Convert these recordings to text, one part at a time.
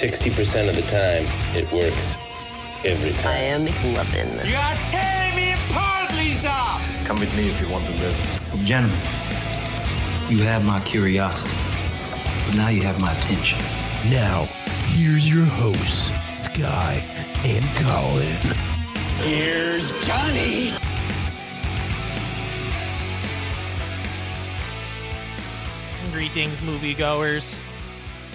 60% of the time, it works every time. I am McLovin. You are tearing me apart, Lisa! Gentlemen, you have my curiosity, but now you have my attention. Now, here's your hosts, Sky and Colin. Greetings, moviegoers.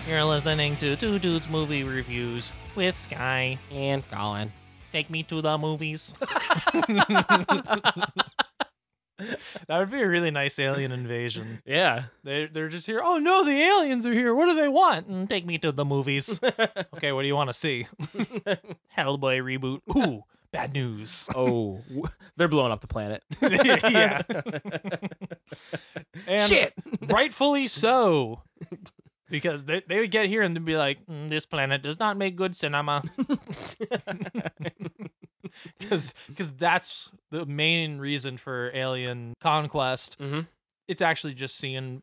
You're listening to Two Dudes Movie Reviews with Sky and Colin. Take me to the movies. That would be a really nice alien invasion. yeah. They they're just here. Oh no, the aliens are here. What do they want? Mm, Take me to the movies. Okay, what do you want to see? Hellboy reboot. Ooh, bad news. Oh, w- they're blowing up the planet. yeah. And Shit. Rightfully so. Because they, they would get here and they'd be like, "Mm, this planet does not make good cinema. Because that's the main reason for alien conquest. Mhm. It's actually just seeing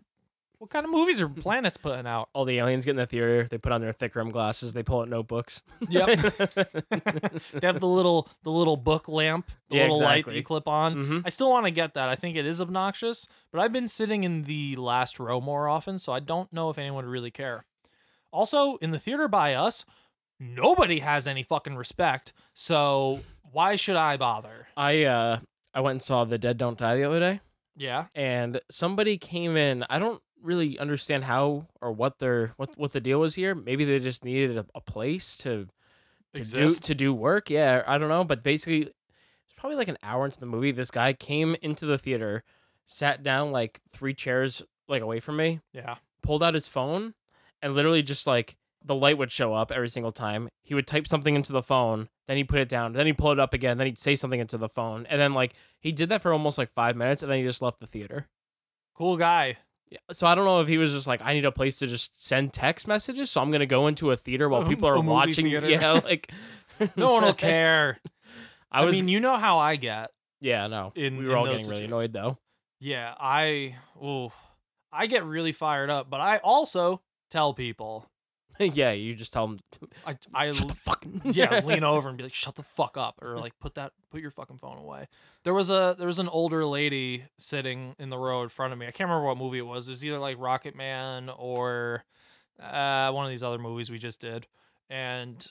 what kind of movies are planets putting out. All the aliens get in the theater. They put on their thick rim glasses. They pull out notebooks. Yep. they have the little the little book lamp, the Yeah, little light that exactly. you clip on. Mhm. I still want to get that. I think it is obnoxious, but I've been sitting in the last row more often, so I don't know if anyone would really care. Also, in the theater by us, nobody has any fucking respect, so why should I bother? I uh, I went and saw The Dead Don't Die the other day, Yeah. and somebody came in. I don't really understand how or what their what what the deal was here. Maybe they just needed a, a place to to do, Exist. to do work. Yeah, I don't know, but basically, it's probably like an hour into the movie. This guy came into the theater, sat down like three chairs like away from me, Yeah. pulled out his phone and literally just like the light would show up every single time. He would type something into the phone, then he'd put it down, then he'd pull it up again, then he'd say something into the phone. And then like he did that for almost like five minutes and then he just left the theater. Cool guy. Yeah, So I don't know if he was just like, I need a place to just send text messages, so I'm gonna go into a theater while A- people are a movie watching. theater. Yeah, like No one will care. I was mean, you know how I get. yeah, no. in- we were in all getting those really situations. annoyed though. Yeah, I ooh, I get really fired up, but I also tell people. yeah, you just tell them I I shut the l- fuck. yeah, lean over and be like, "Shut the fuck up," or like, "Put that, put your fucking phone away." There was a there was an older lady sitting in the row in front of me. I can't remember what movie it was. It was either like Rocket Man or uh, one of these other movies we just did, and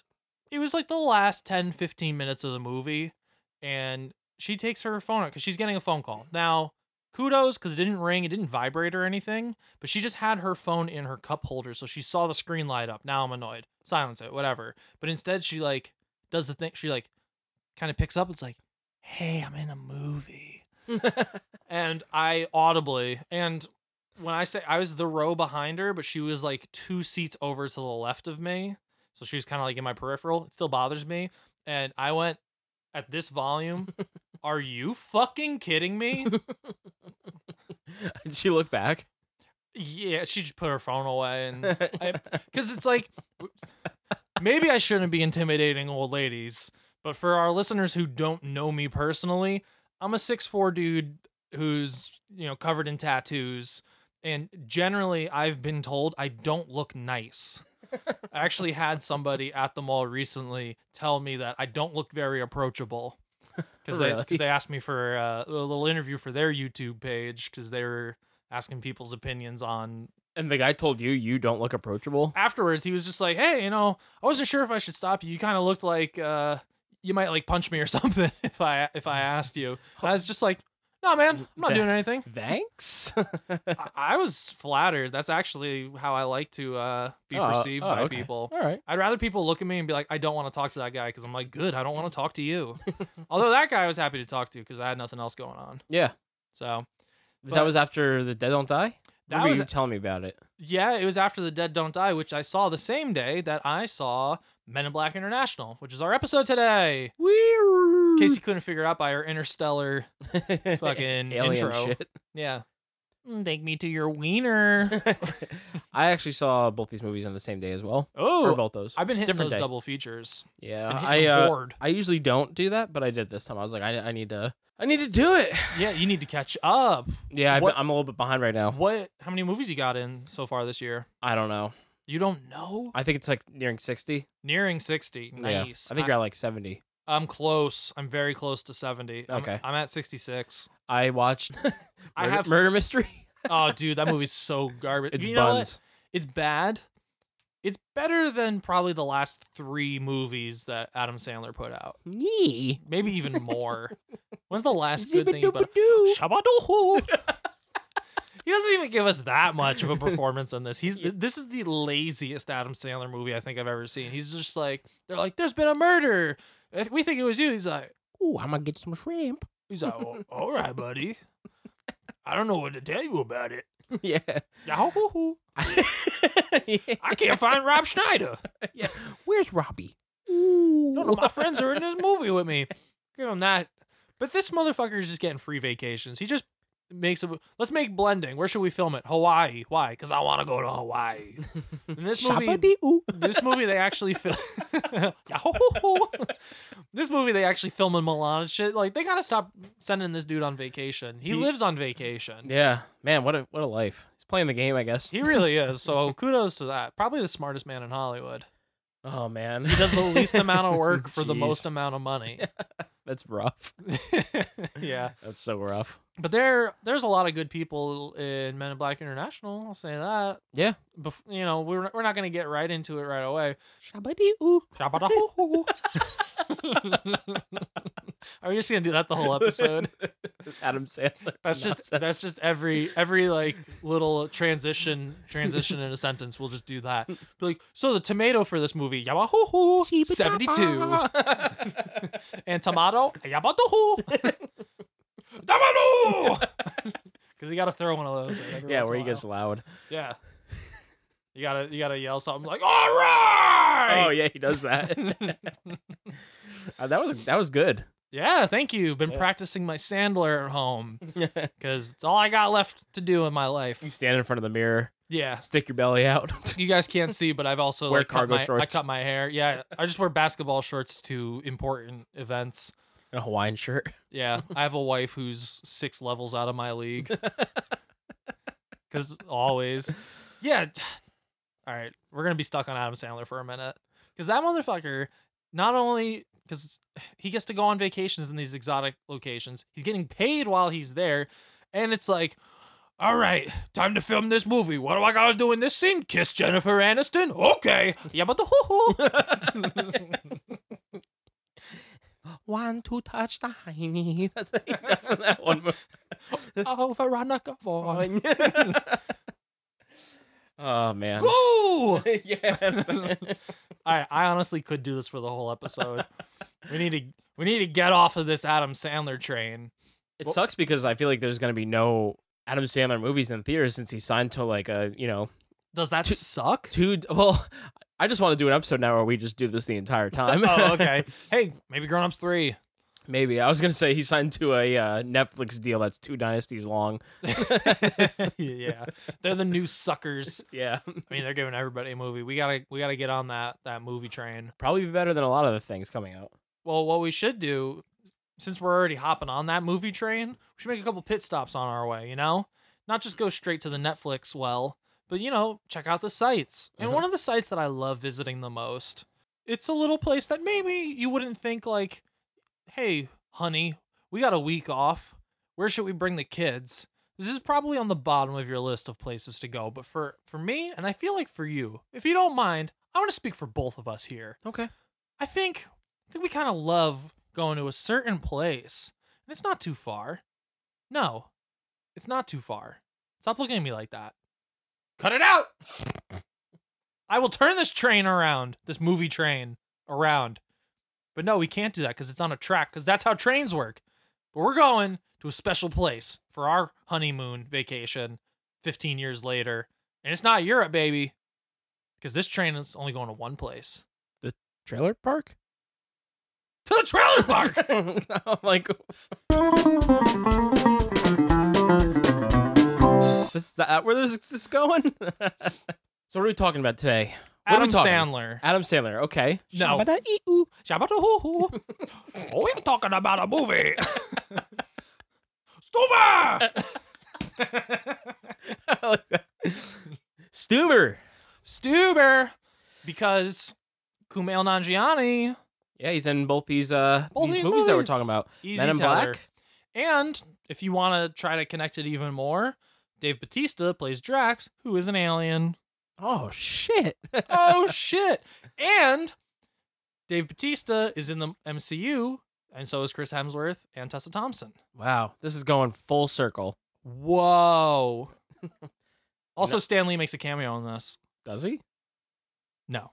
it was like the last 10, 15 minutes of the movie, and she takes her phone out because she's getting a phone call now. Kudos, because it didn't ring, it didn't vibrate or anything, but she just had her phone in her cup holder, so she saw the screen light up. Now I'm annoyed. Silence it, whatever. But instead, she like does the thing. She like kind of picks up. It's like, hey, I'm in a movie, and I audibly and when I say I was the row behind her, but she was like two seats over to the left of me, so she was kind of like in my peripheral. It still bothers me, and I went at this volume. Are you fucking kidding me? she looked back. Yeah, she just put her phone away and because it's like maybe I shouldn't be intimidating old ladies, but for our listeners who don't know me personally, I'm a six four dude who's you know covered in tattoos, and generally I've been told I don't look nice. I actually had somebody at the mall recently tell me that I don't look very approachable because Really? they, 'cause they asked me for uh, a little interview for their YouTube page because they were asking people's opinions on And the guy told you you don't look approachable. afterwards he was just like hey you know i wasn't sure if i should stop you you kind of looked like uh you might like punch me or something if i if i asked you And i was just like no man i'm not That- doing anything Thanks. I, I was flattered that's actually how i like to uh be Oh, perceived oh, by okay. people All right. I'd rather people look at me and be like, I don't want to talk to that guy because I'm like, good, I don't want to talk to you. Although that guy I was happy to talk to because I had nothing else going on. Yeah. So that But- was after the Dead Don't Die? That Remember was- you telling me about it. Yeah, it was after The Dead Don't Die, which I saw the same day that I saw Men in Black International, which is our episode today. In case you couldn't figure it out by our interstellar fucking Alien intro. shit. Yeah. Mm, Take me to your wiener. I actually saw both these movies on the same day as well. Oh, or both those. I've been hitting Different those day. double features. Yeah, Been I hitting them uh, hard. I usually don't do that, but I did this time. I was like, I, I need to, I need to do it. Yeah, you need to catch up. Yeah, I've, What- I'm a little bit behind right now. What? How many movies you got in so far this year? I don't know. You don't know? I think it's like nearing sixty. Nearing sixty. Yeah. Nice. I think you're at like seventy. I'm close. I'm very close to seventy. I'm- Okay. I'm, at sixty-six. I watched. I Murder- have- murder mystery. Oh, dude, that movie's so garbage. It's you know what? buns. It's bad. It's better than probably the last three movies that Adam Sandler put out. Yee. Maybe even more. When's the last good thing about Zibidoobadoo. Shabadoo? He doesn't even give us that much of a performance in this. He's this is the laziest Adam Sandler movie I think I've ever seen. He's just like they're like, "There's been a murder. If We think it was you." He's like, Ooh, I'm gonna get some shrimp. He's like, "Oh, all right, buddy. I don't know what to tell you about it. yeah. Yahoo! hoo, hoo. yeah. I can't find Rob Schneider. Where's Robbie? None of my friends are in this movie with me. Give him that. But this motherfucker is just getting free vacations. He just makes a. Let's make blending. Where should we film it? Hawaii. Why? Because I want to go to Hawaii. In this movie, Shabba-dee-oo. this movie they actually film. this movie they actually film in Milan and shit. Like they gotta stop sending this dude on vacation. He, He- lives on vacation. Yeah, man, what a what a life. He's playing the game, I guess. He really is. So kudos to that. Probably the smartest man in Hollywood. oh man, He does the least amount of work for the Jeez. most amount of money. That's rough. yeah. That's so rough. But there there's a lot of good people in Men in Black International, I'll say that. Yeah. Bef- you know, we're we're not going to get right into it right away. Shabba-dee-oo. Shabba-da-hoo-hoo. Are we just going to do that the whole episode? Adam Sandler. That's just that's just every every like little transition transition in a sentence. We'll just do that. Be like, so the tomato for this movie, yabahoo, seventy two, and tomato, yabahoo, tomato, because you got to throw one of those. in every yeah, once in where a he gets while. loud. yeah. You gotta you gotta yell something like, all right. Oh yeah, he does that. Uh, that was that was good. Yeah, thank you. Been practicing my Sandler at home because it's all I got left to do in my life. You stand in front of the mirror, Yeah, stick your belly out. you guys can't see, but I've also Wear like, cut cargo my, I shorts. cut my hair. Yeah, I just wear basketball shorts to important events. in a Hawaiian shirt. Yeah, I have a wife who's six levels out of my league. Because always, yeah. All right, we're gonna be stuck on Adam Sandler for a minute because that motherfucker not only because he gets to go on vacations in these exotic locations, he's getting paid while he's there, and it's like. All right, time to film this movie. What do I gotta do in this scene? Kiss Jennifer Aniston? Okay. Yeah, but the hoo hoo. One to touch the hiney. That's what he does in that one movie. oh, Veronica Vaughn. oh man. Go! yeah. I I honestly could do this for the whole episode. we need to we need to get off of this Adam Sandler train. It Well- sucks because I feel like there's gonna be no Adam Sandler movies in theaters since he signed to like a you know Does that Two- suck? two. Well, I just want to do an episode now where we just do this the entire time. oh, okay. Hey, maybe Grown Ups Three. Maybe I was gonna say he signed to a uh, Netflix deal that's two dynasties long. yeah, they're the new suckers. Yeah, I mean, they're giving everybody a movie. We gotta we gotta get on that that movie train. probably be better than a lot of the things coming out. Well, what we should do, since we're already hopping on that movie train, we should make a couple pit stops on our way. You know, not just go straight to the Netflix well, but you know, check out the sites. And one of the sites that I love visiting the most, it's a little place that maybe you wouldn't think like, "Hey, honey, we got a week off. Where should we bring the kids?" This is probably on the bottom of your list of places to go, but for for me, and I feel like for you, if you don't mind, I want to speak for both of us here. Okay. I think I think we kind of love going to a certain place, and it's not too far. No, it's not too far. Stop looking at me like that. Cut it out. I will turn this train around, this movie train around. But no, we can't do that because it's on a track. Because that's how trains work. But we're going to a special place for our honeymoon vacation, 15 years later. And it's not Europe, baby, because this train is only going to one place Trailer park? to the trailer park. I'm like, is this- is that where this is this going? so what are we talking about today? What are we Adam talking? Sandler. Adam Sandler. Okay. No. Shabba-da-ee-oo. Shabba-doo-hoo-hoo. oh, we're talking about a movie. Uh, Stuber! I like that. Stuber. Stuber! Because Kumail Nanjiani Yeah, he's in both these uh Both these these movies that we're movies. talking about. Easy Men in teller. Black. And if you want to try to connect it even more, Dave Batista plays Drax, who is an alien. Oh shit. oh shit! And Dave Batista is in the MCU, and so is Chris Hemsworth and Tessa Thompson. Wow, this is going full circle. Whoa! Also, No. Stan Lee makes a cameo in this. Does he? No,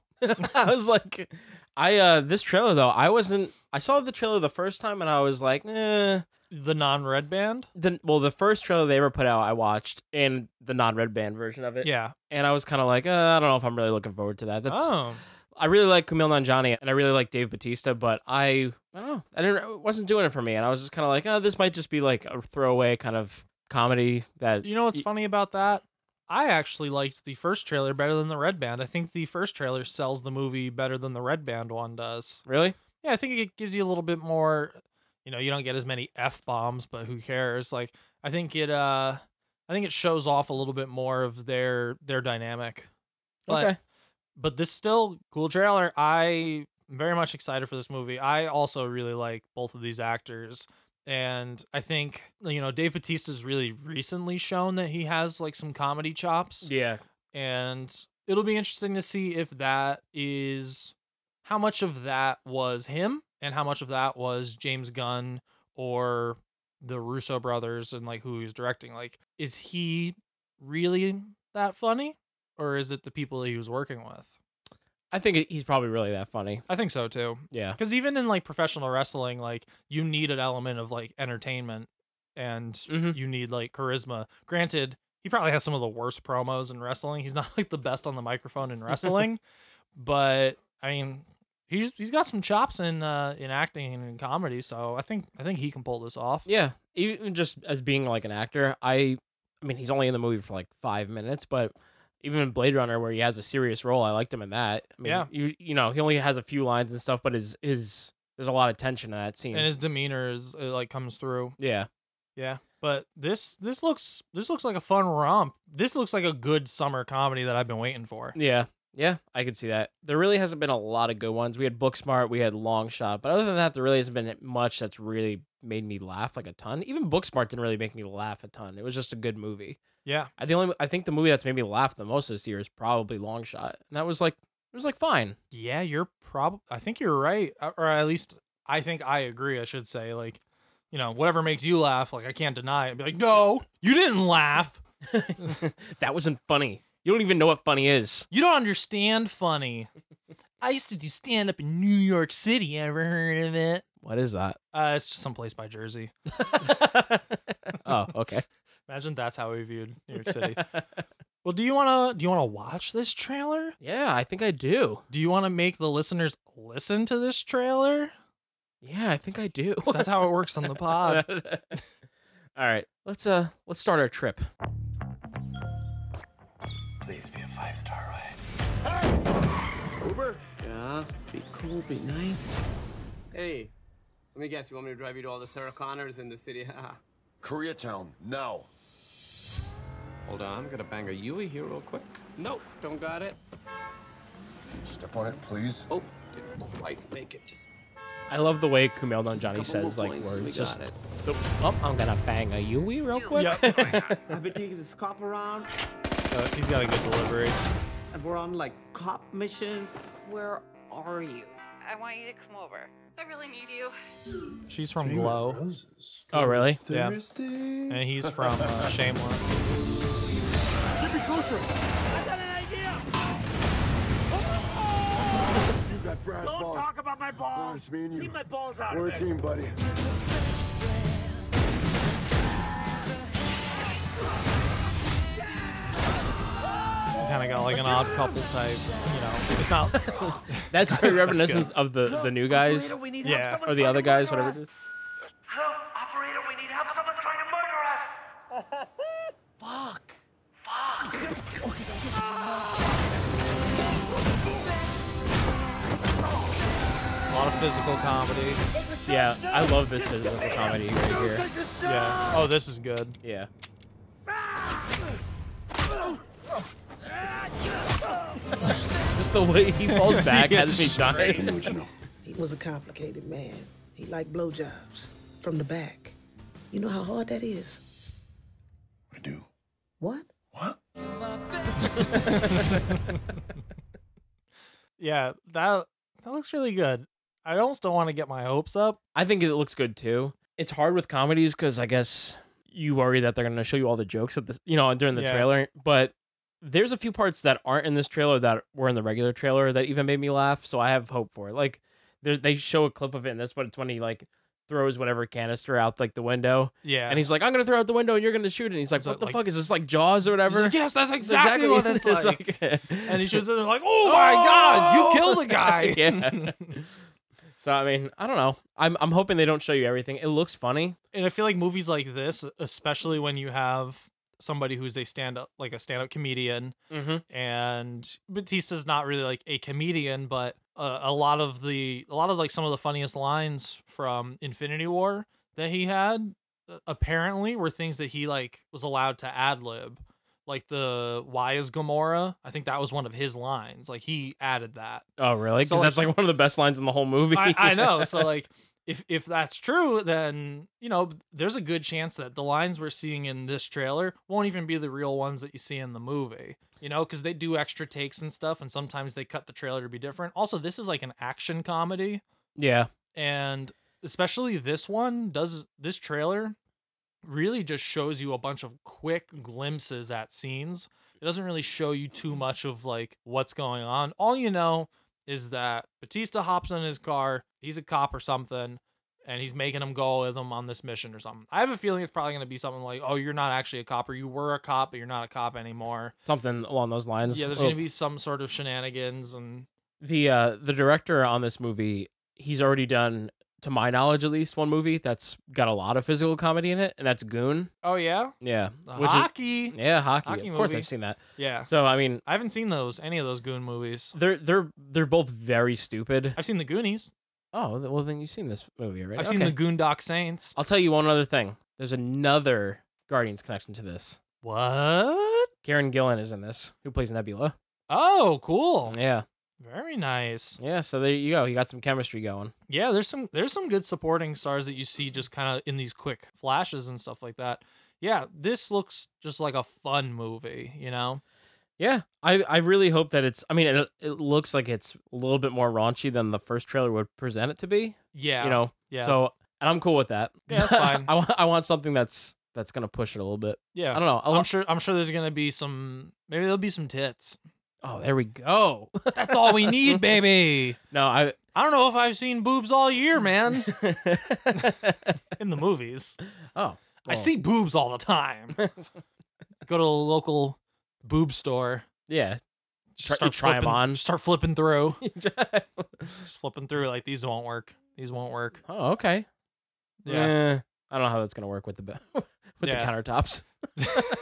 I was like, I uh this trailer though, I wasn't. I saw the trailer the first time and I was like, eh. the non-red band. The, well, the first trailer they ever put out, I watched in the non-red band version of it. Yeah. and I was kind of like, uh, I don't know if I'm really looking forward to that. That's oh, I really like Kumail Nanjiani and I really like Dave Batista, but I I don't know, I didn't it wasn't doing it for me, and I was just kind of like, oh, this might just be like a throwaway kind of comedy that you know what's funny about that? I actually liked the first trailer better than the red band. I think the first trailer sells the movie better than the red band one does. really Yeah, I think it gives you a little bit more. You know, you don't get as many f bombs, but who cares? Like, I think it. uh I think it shows off a little bit more of their their dynamic. But, okay. But this still cool trailer. I am very much excited for this movie. I also really like both of these actors. And I think, you know, Dave Batista's really recently shown that he has like some comedy chops Yeah, and it'll be interesting to see if that is how much of that was him and how much of that was James Gunn or the Russo brothers and like who he's directing. Like, is he really that funny, or is it the people he was working with? I think he's probably really that funny. I think so too. Yeah, Because even in like professional wrestling, like you need an element of like entertainment and Mhm. you need like charisma. Granted, he probably has some of the worst promos in wrestling. He's not like the best on the microphone in wrestling, but I mean, he's he's got some chops in uh, in acting and in comedy. So I think I think he can pull this off. Yeah, even just as being like an actor, I, I mean, he's only in the movie for like five minutes, but even in Blade Runner, where he has a serious role, I liked him in that. I mean, Yeah. you you know, he only has a few lines and stuff, but his his there's a lot of tension in that scene. And his demeanor is it, like comes through. yeah, Yeah. But this this looks this looks like a fun romp. This looks like a good summer comedy that I've been waiting for. yeah, yeah, I could see that. There really hasn't been a lot of good ones. We had Booksmart, we had Long Shot, but other than that, there really hasn't been much that's really made me laugh like a ton. Even Booksmart didn't really make me laugh a ton. It was just a good movie. Yeah. I the only I think the movie that's made me laugh the most this year is probably Long Shot, and that was like it was like fine. Yeah, you're probably. I think you're right, uh, or at least I think I agree. I should say, like, you know, whatever makes you laugh, like I can't deny it. Be like, no, you didn't laugh. that wasn't funny. You don't even know what funny is. You don't understand funny. I used to do stand up in New York City. Ever heard of it? What is that? Uh, it's just some place by Jersey. oh, okay. Imagine that's how we viewed New York City. well, do you wanna do you wanna watch this trailer? Yeah, I think I do. Do you wanna make the listeners listen to this trailer? Yeah, I think I do. 'Cause That's how it works on the pod. All right, let's uh let's start our trip. Please be a five star ride. Uber? Yeah, be cool, be nice. Hey, let me guess. You want me to drive you to all the Sarah Connors in the city? Koreatown, now. Hold on, I'm gonna bang a Yui here real quick. Nope, don't got it. Step on it, please. Oh, didn't quite make it. Just I love the way Kumail Nanjiani says more like points and words. we Just, got it. oh, I'm gonna bang a Yui real quick. I've been taking this cop around, Uh, he's got a good delivery. and we're on like cop missions. Where are you? I want you to come over. I really need you. She's from Glow. Oh, really? Yeah. And he's from uh, Shameless. You got brass Don't balls. talk about my balls. It's me and you. Leave my balls out We're a team, buddy. kind of got like an odd couple type, you know. It's not. That's very reminiscent good. of the the new guys, Yeah. or the other guys, whatever it is. A lot of physical comedy. Yeah, I love this physical comedy right here. Yeah. Oh, this is good. Yeah. Just the way he falls back has me dying. He was a complicated man. He liked blowjobs from the back. You know how hard that is? I do. What? Yeah, that that looks really good. I almost don't want to get my hopes up. I think it looks good too. It's hard with comedies because I guess you worry that they're going to show you all the jokes at this, you know, during the Yeah. trailer. But there's a few parts that aren't in this trailer that were in the regular trailer that even made me laugh. So I have hope for it. Like there, they show a clip of it in this, but it's when he like throws whatever canister out like the window. Yeah. and he's like, "I'm going to throw out the window, and you're going to shoot it." And he's like, Is "What it, the like- fuck is this? Like Jaws or whatever?" like, "Yes, that's exactly what it's like." And he shoots it, and they're like, "Oh my God, you killed a guy." yeah. So I mean, I don't know. I'm I'm hoping they don't show you everything. It looks funny. and I feel like movies like this, especially when you have somebody who's a stand up like a stand up comedian, Mhm. and Batista's not really like a comedian, but uh, a lot of the a lot of like some of the funniest lines from Infinity War that he had uh, apparently were things that he like was allowed to ad lib. Like the why is Gamora? I think that was one of his lines. Like he added that. Oh really? So Because that's like- like one of the best lines in the whole movie. I, I know. So like, if if that's true, then you know there's a good chance that the lines we're seeing in this trailer won't even be the real ones that you see in the movie. You know, because they do extra takes and stuff, and sometimes they cut the trailer to be different. Also, this is like an action comedy, yeah. and especially this one does this trailer really just shows you a bunch of quick glimpses at scenes. It doesn't really show you too much of like what's going on. All you know is that Batista hops in his car, he's a cop or something, and he's making him go with him on this mission or something. I have a feeling it's probably going to be something like, "Oh, you're not actually a cop, or you were a cop, but you're not a cop anymore." Something along those lines. Yeah, there's Oh, going to be some sort of shenanigans and the uh, the director on this movie. He's already done, to my knowledge at least, one movie that's got a lot of physical comedy in it, and that's Goon. Oh yeah, Yeah, The which is- hockey. yeah, hockey. Hockey of course, movie. I've seen that. Yeah. So I mean, I haven't seen those any of those Goon movies. they're they're they're both very stupid. I've seen the Goonies. Oh well, then you've seen this movie already. I've seen Okay. the Goondock Saints. I'll tell you one other thing. There's another Guardians connection to this. What? Karen Gillan is in this, who plays Nebula. Oh, cool. Yeah. Very nice. Yeah, so there you go. You got some chemistry going. Yeah, there's some there's some good supporting stars that you see just kind of in these quick flashes and stuff like that. Yeah, this looks just like a fun movie, you know. Yeah, I, I really hope that it's. I mean, it, it looks like it's a little bit more raunchy than the first trailer would present it to be. Yeah, You know. yeah. So, and I'm cool with that. Yeah, that's fine. I want I want something that's that's gonna push it a little bit. Yeah, I don't know. I'm sure I'm sure there's gonna be some maybe there'll be some tits. Oh, there we go. That's all we need, baby. No, I I don't know if I've seen boobs all year, man. in the movies. Oh. I well. see boobs all the time. Go to a local boob store. Yeah. Just Try- start try 'em flipping- on. Start flipping through. just flipping through like these won't work. These won't work. Oh, okay. Yeah. Eh, I don't know how that's gonna work with the ba- with the Yeah. countertops.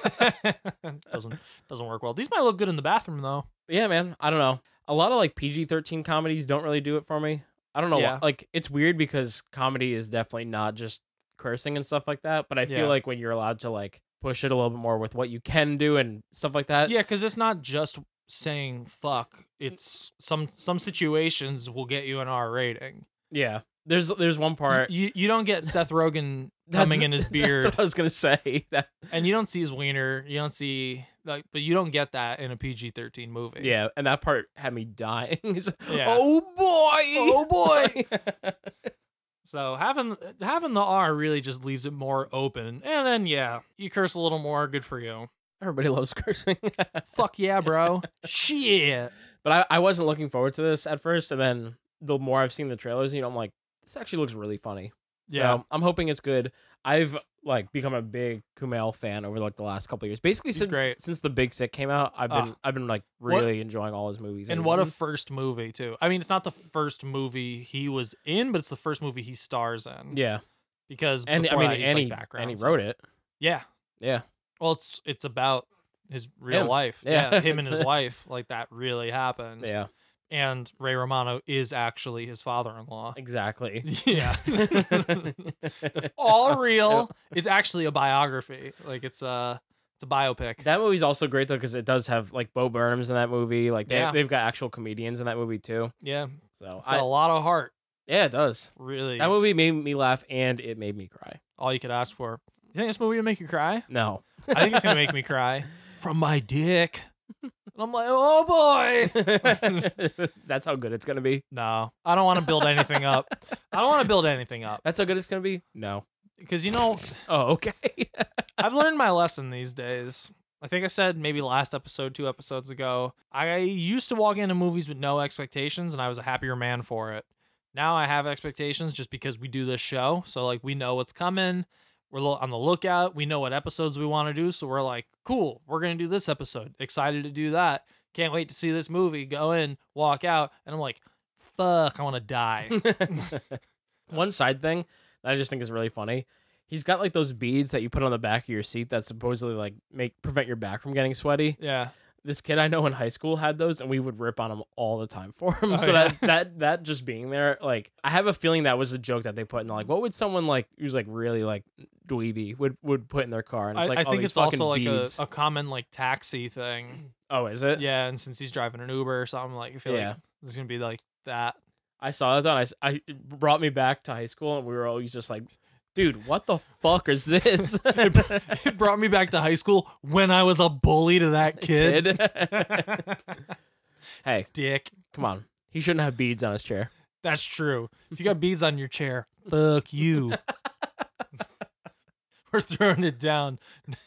doesn't doesn't work well. These might look good in the bathroom though. Yeah, man. I don't know. A lot of like PG thirteen comedies don't really do it for me. I don't know. Yeah. Why. Like it's weird because comedy is definitely not just cursing and stuff like that. But I feel Yeah. like when you're allowed to like push it a little bit more with what you can do and stuff like that. Yeah, because it's not just saying fuck. It's some some situations will get you an R rating. Yeah. There's there's one part You you don't get Seth Rogen That's- coming in his that's beard. what I was gonna say. That and you don't see his wiener. You don't see like, but you don't get that in a PG thirteen movie. yeah, and that part had me dying. It's- Yeah. Oh boy. Oh boy. so having having the R really just leaves it more open, and then yeah, you curse a little more. Good for you. Everybody loves cursing. Fuck yeah, bro. Shit. But I, I wasn't looking forward to this at first, and then the more I've seen the trailers, you know, I'm like, this actually looks really funny. Yeah. So I'm hoping it's good. I've like become a big Kumail fan over like the last couple of years. Basically He's since great. since The Big Sick came out, I've been Ah. I've been like What- really enjoying all his movies. And he's what a in. first movie too. I mean, it's not the first movie he was in, but it's the first movie he stars in. Yeah. because And I before mean that, he's, and, like, he, background and he stuff. wrote it. Yeah, Yeah. well, it's it's about his real Him. life. Yeah. Yeah. him and his wife, like that really happened. Yeah. and Ray Romano is actually his father-in-law. Exactly. Yeah, it's all real. It's actually a biography. Like it's a it's a biopic. That movie's also great though because it does have like Bo Burnham's in that movie. Like they, Yeah. they've got actual comedians in that movie too. Yeah, So it's got I a lot of heart. yeah, it does. Really, That movie made me laugh and it made me cry. all you could ask for. You think this movie will make you cry? No, I think it's gonna make me cry from my dick. And I'm like, oh boy. That's how good it's gonna be. No, I don't want to build anything up. I don't want to build anything up That's how good it's gonna be. No. because you know. Oh, okay. I've learned my lesson these days. I think I said maybe last episode, two episodes ago. I used to walk into movies with no expectations, and I was a happier man for it. Now I have expectations just because we do this show, so like we know what's coming. We're lo- on the lookout. We know what episodes we want to do, so we're like, cool. We're gonna do this episode. Excited to do that. Can't wait to see this movie. Go in, walk out, and I'm like, fuck, I want to die. One side thing that I just think is really funny. He's got like those beads that you put on the back of your seat that supposedly like make prevent your back from getting sweaty. yeah. This kid I know in high school had those, and we would rip on him all the time for him. Oh, so yeah. that that that just being there, like I have a feeling that was a joke that they put in. Like, what would someone like who's like really like dweeby would would put in their car? And I, it's like I all think these it's also fucking like a, beads. a common like taxi thing. oh, is it? Yeah, and since he's driving an Uber or something, like I feel Yeah. like it's gonna be like that. I saw that though. and I, s- I- it brought me back to high school, and we were always just like, "Dude, what the fuck is this?" It brought me back to high school when I was a bully to that kid. Kid. hey, Dick. come on. He shouldn't have beads on his chair. That's true. If you got beads on your chair, fuck you. We're throwing it down.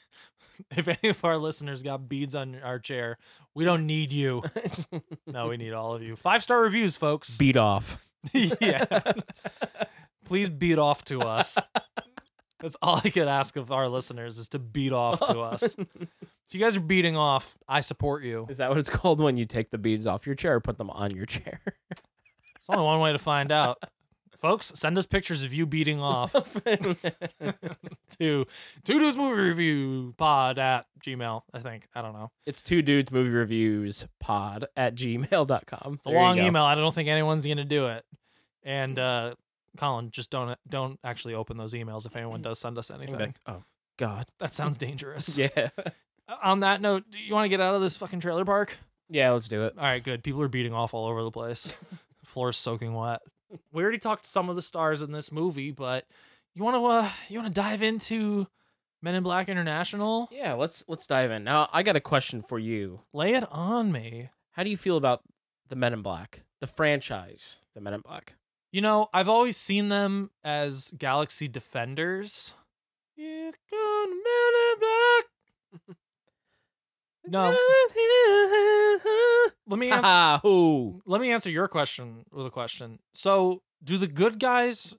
If any of our listeners got beads on our chair, we don't need you. no, we need all of you. Five star reviews, folks. Beat off. yeah. Please beat off to us. That's all I could ask of our listeners is to beat off to us. If you guys are beating off, I support you. Is that what it's called when you take the beads off your chair or put them on your chair? It's only one way to find out. Folks, send us pictures of you beating off to two dudes movie review pod at Gmail, I think. I don't know. it's two dudes movie reviews pod at gmail.com. It's a long email. I don't think anyone's gonna do it. And uh Colin, just don't don't actually open those emails if anyone does send us anything. oh, God. That sounds dangerous. Yeah. Uh, on that note, do you want to get out of this fucking trailer park? Yeah, let's do it. All right, good. People are beating off all over the place. Floor's soaking wet. We already talked to some of the stars in this movie, but you want to uh, you want to dive into Men in Black International? Yeah, let's let's dive in. Now, I got a question for you. Lay it on me. How do you feel about the Men in Black? The franchise, The Men in Black. You know, I've always seen them as Galaxy Defenders. You gone Men in Black. No, let me answer. Ah, who? let me answer your question with a question. So, do the good guys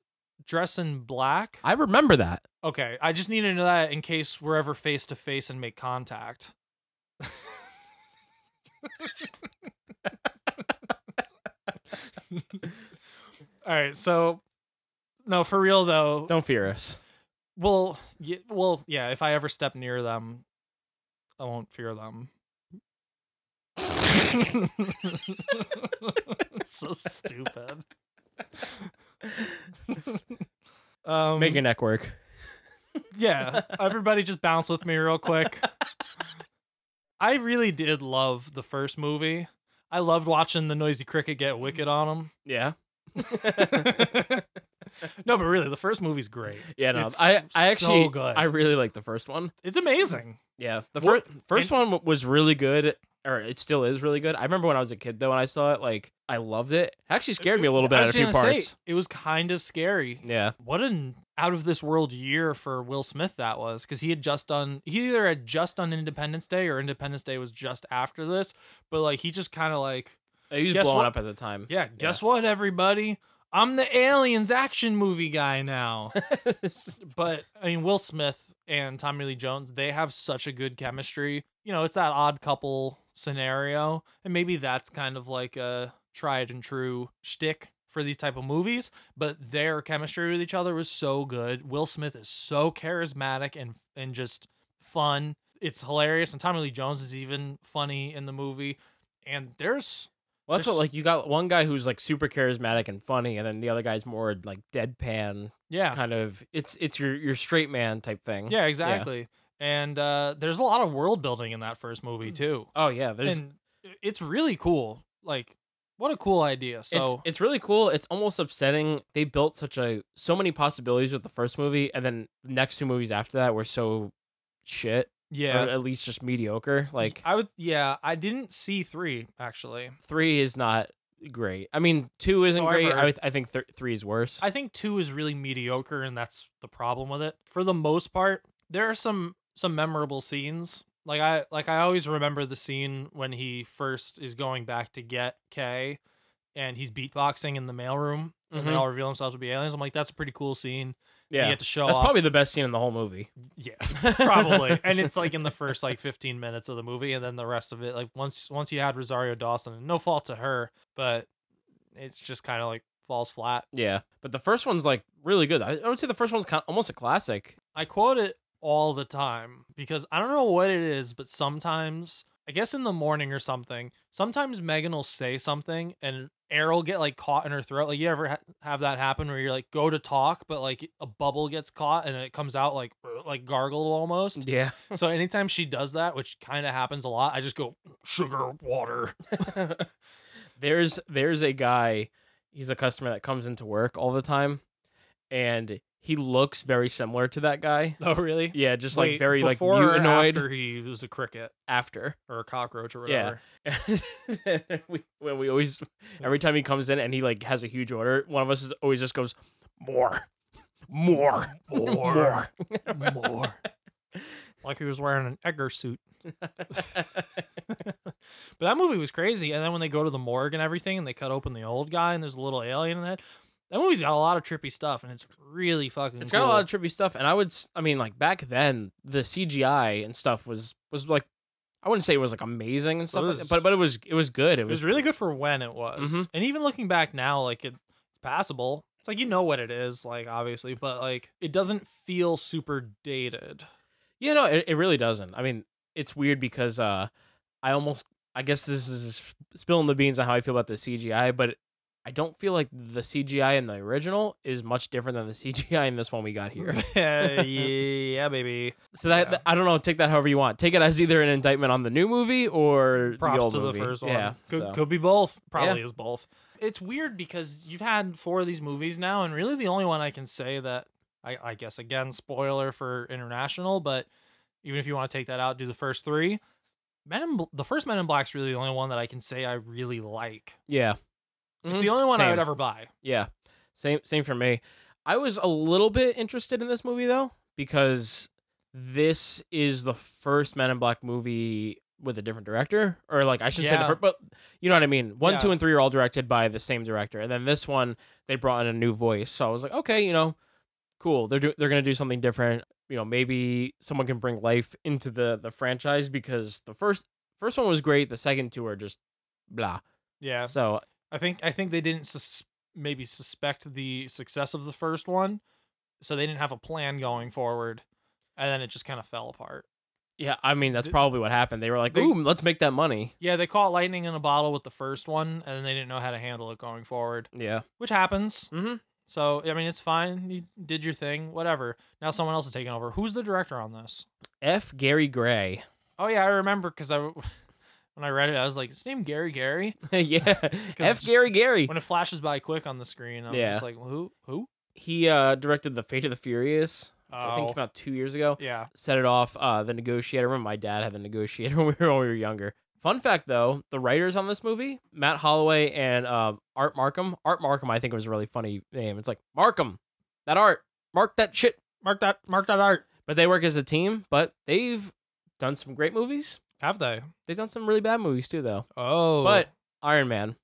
dress in black? I remember that. Okay, I just need to know that in case we're ever face to face and make contact. All right, so no, for real though. Don't fear us. Well, yeah, well, yeah. If I ever step near them, I won't fear them. so stupid. um, Make your neck work. yeah, everybody just bounce with me real quick. I really did love the first movie. I loved watching the noisy cricket get wicked on him. Yeah. no, but really, the first movie's great. Yeah, no. It's I, I so actually good. I really like the first one. it's amazing. Yeah. The What- first first one w- was really good or it still is really good. I remember when I was a kid though when I saw it like I loved it. It actually scared me a little bit I at a was few gonna say, parts. it was kind of scary. Yeah. What an out of this world year for Will Smith that was, because he had just done he either had just done Independence Day or Independence Day was just after this, but like he just kind of like uh, He was Guess blowing what? up at the time. yeah, guess what, everybody. I'm the aliens action movie guy now. but I mean, Will Smith and Tommy Lee Jones, they have such a good chemistry. You know, it's that odd couple scenario, and maybe that's kind of like a tried and true shtick for these type of movies. But their chemistry with each other was so good. Will Smith is so charismatic and and just fun. It's hilarious, and Tommy Lee Jones is even funny in the movie. And there's Well, that's there's- what like you got one guy who's like super charismatic and funny, and then the other guy's more like deadpan. Yeah. kind of. It's it's your your straight man type thing. Yeah, exactly. And uh, there's a lot of world building in that first movie too. Oh yeah, there's- and it's really cool. Like, what a cool idea. So it's, it's really cool. It's almost upsetting. They built such a so many possibilities with the first movie, and then the next two movies after that were so shit. Yeah. or at least just mediocre. Like I would, yeah, I didn't see three actually. three is not great. I mean, two isn't Oh, I've great. I, heard. would- I think th- three is worse. I think two is really mediocre, and that's the problem with it. For the most part, there are some some memorable scenes. Like I like I always remember the scene when he first is going back to get Kay, and he's beatboxing in the mailroom, and they Mhm. all reveal themselves to be aliens. I'm like, that's a pretty cool scene. yeah, you get to show That's off probably the best scene in the whole movie. yeah probably and it's like in the first like 15 minutes of the movie and then the rest of it like once once you had rosario dawson no fault to her but it's just kind of like falls flat Yeah, but the first one's like really good. I, I would say the first one's kind almost a classic. i quote it all the time because i don't know what it is but sometimes i guess in the morning or something sometimes megan will say something and air will get like caught in her throat like you ever ha- have that happen where you're like go to talk but like a bubble gets caught and it comes out like like gargled almost Yeah. so anytime she does that, which kind of happens a lot, I just go sugar water. there's there's a guy he's a customer that comes into work all the time and he looks very similar to that guy Oh, really? yeah just Wait, like very like before or mutanoid After he was a cricket after or a cockroach or yeah whatever. we, when we always every time he comes in and he like has a huge order one of us is, always just goes more more more, more. Like he was wearing an Edgar suit. But that movie was crazy. And then when they go to the morgue and everything, and they cut open the old guy, and there's a little alien in that. That movie's got a lot of trippy stuff, and it's really fucking. It's cool. got a lot of trippy stuff, and I would, s- I mean, like back then, the CGI and stuff was was like, I wouldn't say it was like amazing and stuff, like was- that, but but it was it was good. It It was, was really good for when it was. Mhm. And even looking back now, like it, it's passable. It's like you know what it is, like obviously, but like it doesn't feel super dated. you know, it, it really doesn't. I mean, it's weird because uh, I almost, I guess this is spilling the beans on how I feel about the CGI, but I don't feel like the CGI in the original is much different than the CGI in this one we got here. yeah, yeah, baby. So that, that- I don't know. Take that however you want. Take it as either an indictment on the new movie or the Props old to movie. the first one. Yeah, could, so. could be both. Probably Yeah. is both. It's weird because you've had four of these movies now, and really the only one I can say that I, I guess again spoiler for international, but even if you want to take that out, do the first three. Men in, Bl- the first Men in Black's really the only one that I can say I really like. yeah. It's Mhm. the only one I would Same. ever buy. Yeah. Same same for me. I was a little bit interested in this movie though because this is the first Men in Black movie with a different director or like I should say the Yeah. first, but you know what I mean. 1, Yeah. 2 and 3 are all directed by the same director and then this one they brought in a new voice. So I was like, okay, you know, cool. They're do- they're going to do something different. You know, maybe someone can bring life into the the franchise because the first first one was great, the second two are just blah. Yeah. So I think I think they didn't sus- maybe suspect the success of the first one, so they didn't have a plan going forward, and then it just kind of fell apart. yeah, I mean that's Th- probably what happened. They were like, they- "Ooh, let's make that money." Yeah, they caught lightning in a bottle with the first one, and then they didn't know how to handle it going forward, Yeah. which happens. Mm-hmm. So I mean, it's fine. You did your thing, whatever. Now someone else is taking over. Who's the director on this? F. Gary Gray. Oh yeah, I remember because I w- when I read it, I was like, "Is his name Gary Gary?" yeah. 'Cause F. just- Gary Gary. When it flashes by quick on the screen, I'm Yeah. just like, "Who? Who?" He uh, directed The Fate of the Furious. which I think Oh. came out two years ago. Yeah. Set it off. Uh, the Negotiator. Remember, my dad had The Negotiator when we were, when we were younger. Fun fact, though, the writers on this movie, Matt Holloway and uh, Art Markham. Art Markham, I think, was a really funny name. It's like Markham, that art, mark that shit. Mark that. Mark that art. But they work as a team. But they've done some great movies. Have they? They've done some really bad movies too, though. Oh, But Iron Man.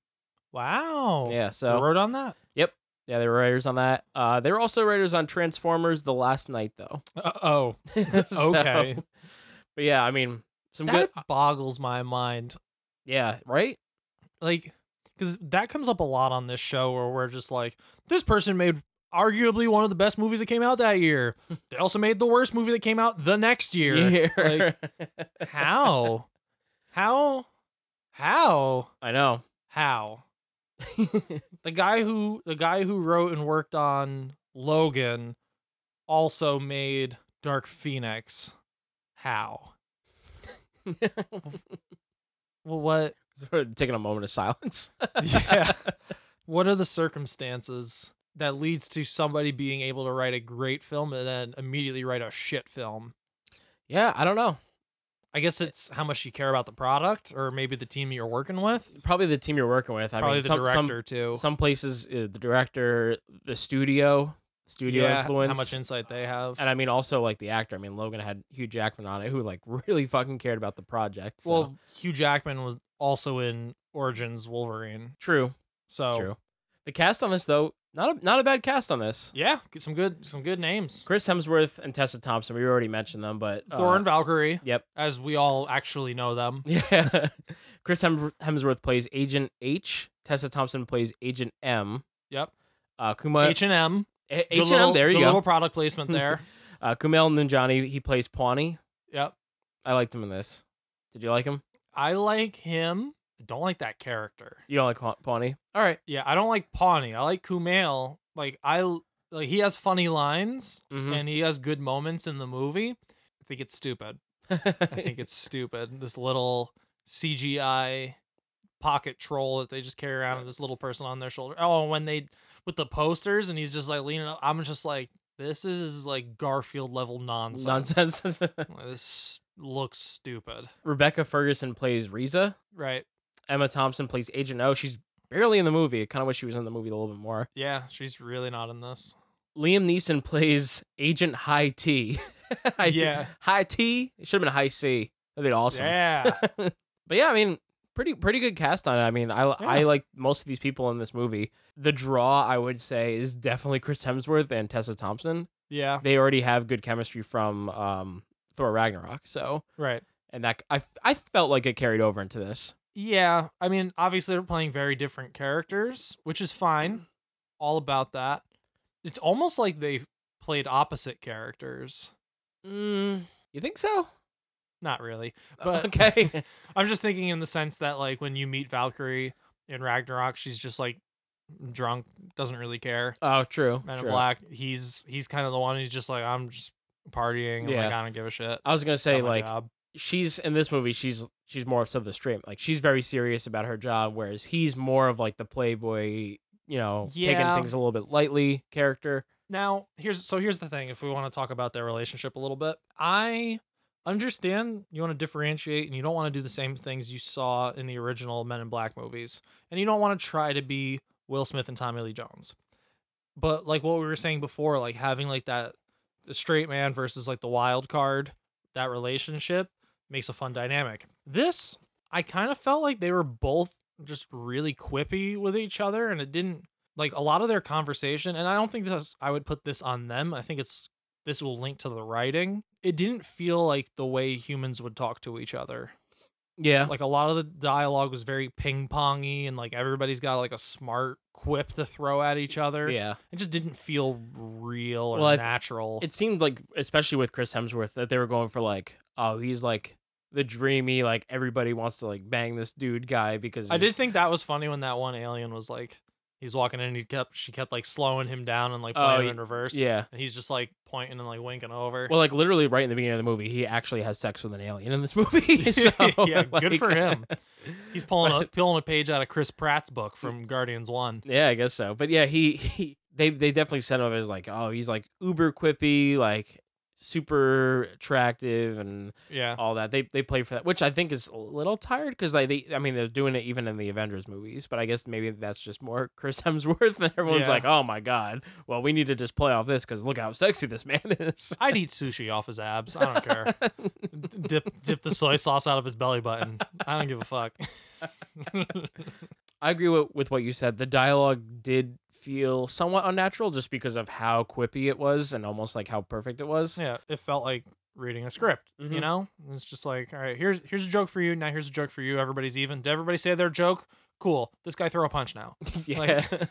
wow. Oh, Yeah, so- You wrote on that. Yep. Yeah, they were writers on that. Uh, they were also writers on Transformers: The Last Night, though. oh, okay. But yeah, I mean, some that good. boggles my mind. Yeah, right. Like, because that comes up a lot on this show, where we're just like, this person made arguably one of the best movies that came out that year. They also made the worst movie that came out the next year. Yeah. Like, how? How? How? I know. How? the guy who the guy who wrote and worked on Logan also made Dark Phoenix. How? well, what? Sort of taking a moment of silence. yeah. What are the circumstances that leads to somebody being able to write a great film and then immediately write a shit film? Yeah, I don't know. I guess Eh it's how much you care about the product, or maybe the team you're working with. Probably the team you're working with. I Probably mean, the some, some- director, too. Some places, uh, the director, the studio, studio Yeah, influence, How much insight they have. and I mean also like the actor. I mean, Logan had Hugh Jackman on it, who like really fucking cared about the project. so- Well, Hugh Jackman was also in Origins Wolverine. true, So true. The cast on this though, not a not a bad cast on this. yeah, get some good some good names. Chris Hemsworth and Tessa Thompson. We already mentioned them, but uh, Thor and Valkyrie, Yep. as we all actually know them. Yeah. Chris Hem- Hemsworth plays Agent H. Tessa Thompson plays Agent M. Yep. Uh, Kuma H and M. H and M. There you the go. Little product placement there. Uh, Kumail Nanjiani, he plays Pawnee. yep. I liked him in this. Did you like him? I like him. I Don't like that character. You don't like Paw- Pawnee? All right. Yeah, I don't like Pawnee. I like Kumail. Like I like he has funny lines Mhm. and he has good moments in the movie. I think it's stupid. I think it's stupid. This little CGI pocket troll that they just carry around with this little person on their shoulder. Oh, and when they with the posters and he's just like leaning up, I'm just like, this is like Garfield level nonsense. Nonsense. This looks stupid. Rebecca Ferguson plays Riza. Right. Emma Thompson plays Agent O. She's barely in the movie. I kind of wish she was in the movie a little bit more. Yeah, she's really not in this. Liam Neeson plays Agent High T. I- Yeah. High T. It should have been High C. That'd been awesome. Yeah. But yeah, I mean, pretty pretty good cast on it. I mean, I I Yeah. like most of these people in this movie. The draw, I would say, is definitely Chris Hemsworth and Tessa Thompson. yeah. They already have good chemistry from um, Thor Ragnarok. So, Right. and that I I felt like it carried over into this. Yeah, I mean, obviously they're playing very different characters, which is fine. All about that. It's almost like they played opposite characters. Mm, you think so? Not really, but okay. I'm just thinking in the sense that like when you meet Valkyrie in Ragnarok, she's just like drunk, doesn't really care. oh, true. Men true. in Black, he's he's kind of the one who's just like I'm just partying. and, Like Yeah. I don't give a shit. I was gonna Got say my like job. she's in this movie. She's she's more so the straight. Like she's very serious about her job, whereas he's more of like the playboy. You know, taking Yeah. things a little bit lightly character. Now, here's so here's the thing. If we want to talk about their relationship a little bit, I understand you want to differentiate and you don't want to do the same things you saw in the original Men in Black movies, and you don't want to try to be Will Smith and Tommy Lee Jones. But like what we were saying before, like having like that the straight man versus like the wild card, that relationship makes a fun dynamic. This, I kind of felt like they were both just really quippy with each other, and it didn't like a lot of their conversation. And I don't think this, I would put this on them. I think it's this will link to the writing. It didn't feel like the way humans would talk to each other. Yeah, Like a lot of the dialogue was very ping pongy, and like everybody's got like a smart quip to throw at each other. yeah. It just didn't feel real or Well, I- natural. It seemed like, especially with Chris Hemsworth, that they were going for like, oh, he's like the dreamy, like everybody wants to like bang this dude guy because I he's- did think that was funny when that one alien was like, he's walking in and he kept she kept like slowing him down and like Oh, playing him y- in reverse. yeah. and he's just like pointing and like winking over. Well, like literally right in the beginning of the movie, he actually has sex with an alien in this movie. so, yeah, good like- for him. He's pulling a pulling a page out of Chris Pratt's book from Guardians One. Yeah, I guess so. But yeah, he, he they they definitely set him up as like, oh, he's like uber quippy, like super attractive and Yeah, all that. They they play for that, which I think is a little tired because like they, I mean, they're doing it even in the Avengers movies. But I guess maybe that's just more Chris Hemsworth, and everyone's Yeah. like, oh my god, well we need to just play off this because look how sexy this man is. I'd eat sushi off his abs. I don't care. dip dip the soy sauce out of his belly button. I don't give a fuck. I agree with, with what you said. The dialogue did feel somewhat unnatural just because of how quippy it was and almost like how perfect it was. Yeah, it felt like reading a script. You Mhm. know, it's just like, all right, here's here's a joke for you. Now here's a joke for you. Everybody's even. Did everybody say their joke? Cool. This guy throw a punch now. yeah. Like,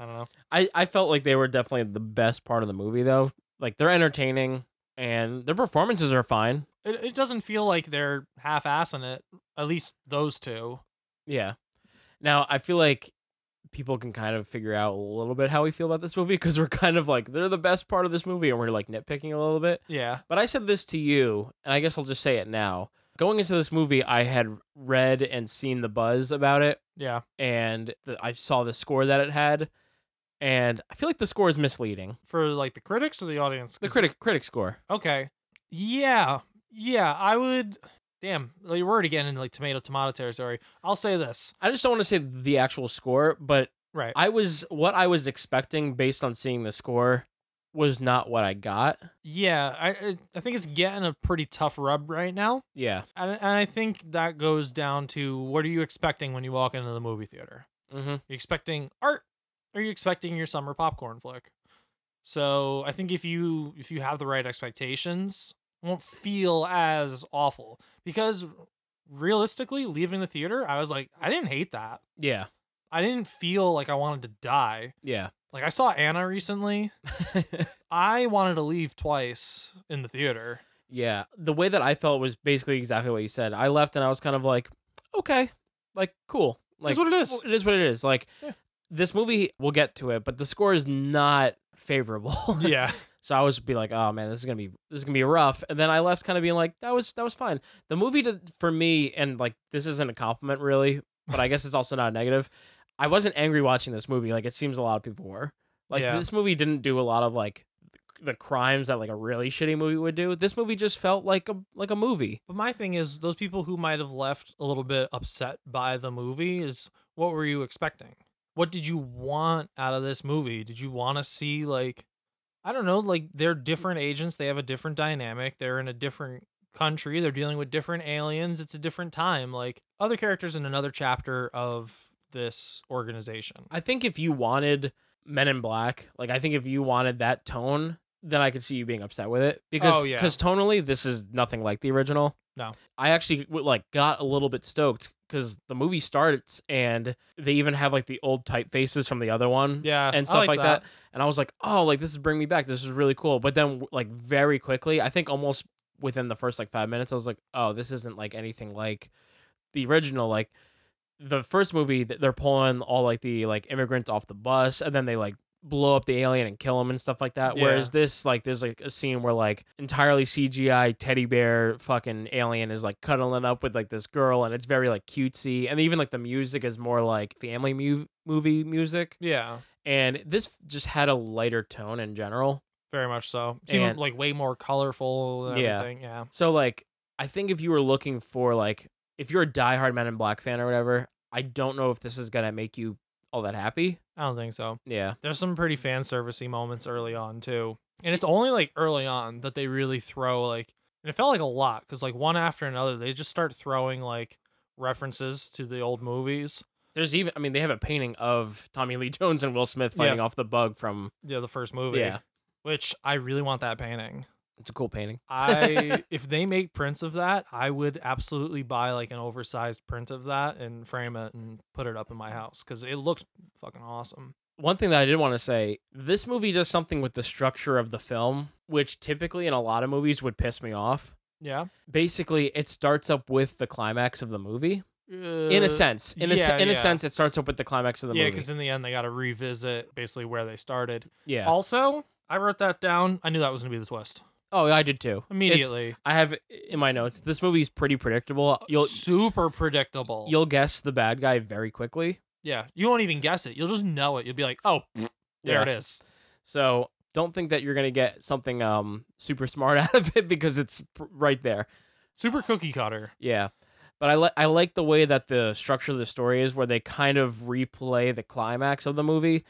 I don't know. I, I felt like they were definitely the best part of the movie though. Like they're entertaining and their performances are fine. It, it doesn't feel like they're half assing it. At least those two. Yeah. Now I feel like people can kind of figure out a little bit how we feel about this movie because we're kind of like they're the best part of this movie and we're like nitpicking a little bit. Yeah. But I said this to you, and I guess I'll just say it now. Going into this movie, I had read and seen the buzz about it, Yeah. and the, I saw the score that it had, and I feel like the score is misleading. For like the critics or the audience. The 'Cause- critic critic score. Okay. Yeah. Yeah. I would. Damn. Like, we're already getting into like tomato tomato territory. I'll say this. I just don't want to say the actual score, but Right. I was what I was expecting based on seeing the score was not what I got. Yeah. I I- I think it's getting a pretty tough rub right now. Yeah. And, and I think that goes down to what are you expecting when you walk into the movie theater? Mm-hmm. you expecting art? Or are you expecting your summer popcorn flick? So I think if you if you have the right expectations, it won't feel as awful. Because realistically, leaving the theater, I was like, I didn't hate that. Yeah. I didn't feel like I wanted to die. Yeah. Like I saw Anna recently. I wanted to leave twice in the theater. Yeah. The way that I felt was basically exactly what you said. I left and I was kind of like, okay, like cool. Like It's what it is. It is what it is. Like this movie, we'll get to it, but the score is not favorable. Yeah. so I was be like, oh man, this is gonna be this is gonna be rough. And then I left kind of being like, that was that was fine. The movie did, for me, and like this isn't a compliment really, but I guess it's also not a negative. I wasn't angry watching this movie. Like it seems a lot of people were. Like Yeah. this movie didn't do a lot of like the crimes that like a really shitty movie would do. This movie just felt like a like a movie. But my thing is those people who might have left a little bit upset by the movie is what were you expecting? What did you want out of this movie? Did you want to see like I don't know, like they're different agents, they have a different dynamic, they're in a different country, they're dealing with different aliens, it's a different time, like other characters in another chapter of this organization. I think if you wanted Men in Black, like I think if you wanted that tone, then I could see you being upset with it because Oh, yeah. cause tonally this is nothing like the original. No. I actually w- like got a little bit stoked because the movie starts and they even have like the old typefaces from the other one, Yeah, I and stuff like like that. that. And I was like, oh, like this is bringing me back. This is really cool. But then w- like very quickly, I think almost within the first like five minutes, I was like, oh, this isn't like anything like the original. Like the first movie, th- they're pulling all like the like immigrants off the bus, and then they like blow up the alien and kill him and stuff like that. Yeah. Whereas this, like, there's like a scene where like entirely CGI teddy bear fucking alien is like cuddling up with like this girl, and it's very like cutesy, and even like the music is more like family mu- movie music. Yeah, And this just had a lighter tone in general. very much so. Seemed And- like way more colorful and Yeah. everything. Yeah. So like I think if you were looking for like if you're a diehard Men in Black fan or whatever, I don't know if this is gonna make you all that happy. I don't think so. Yeah. There's some pretty fan servicey moments early on too, and it's only like early on that they really throw like, and it felt like a lot because like one after another they just start throwing like references to the old movies. There's even I mean they have a painting of Tommy Lee Jones and Will Smith fighting Yeah. off the bug from Yeah, the first movie. Yeah. Which I really want that painting. it's a cool painting. I if they make prints of that, I would absolutely buy like an oversized print of that and frame it and put it up in my house because it looked fucking awesome. One thing that I did want to say, this movie does something with the structure of the film, which typically in a lot of movies would piss me off. Yeah. Basically, it starts up with the climax of the movie. in a sense, in a, se- yeah, in a yeah. sense, it starts up with the climax of the Uh, yeah, movie. because in the end they got to revisit basically where they started. Yeah. Also, I wrote that down. I knew that was gonna be the twist. Oh, I did too. It's- Immediately. I have in my notes. This movie's pretty uh, predictable. You'll super predictable. you'll guess the bad guy very quickly. yeah, you won't even guess it. You'll just know it. You'll be like, oh, pfft, there Yeah. it is. So don't think that you're gonna get something um super smart out of it because it's pr- right there. Super cookie cutter. Yeah. But I like I like the way that the structure of the story is where they kind of replay the climax of the movie.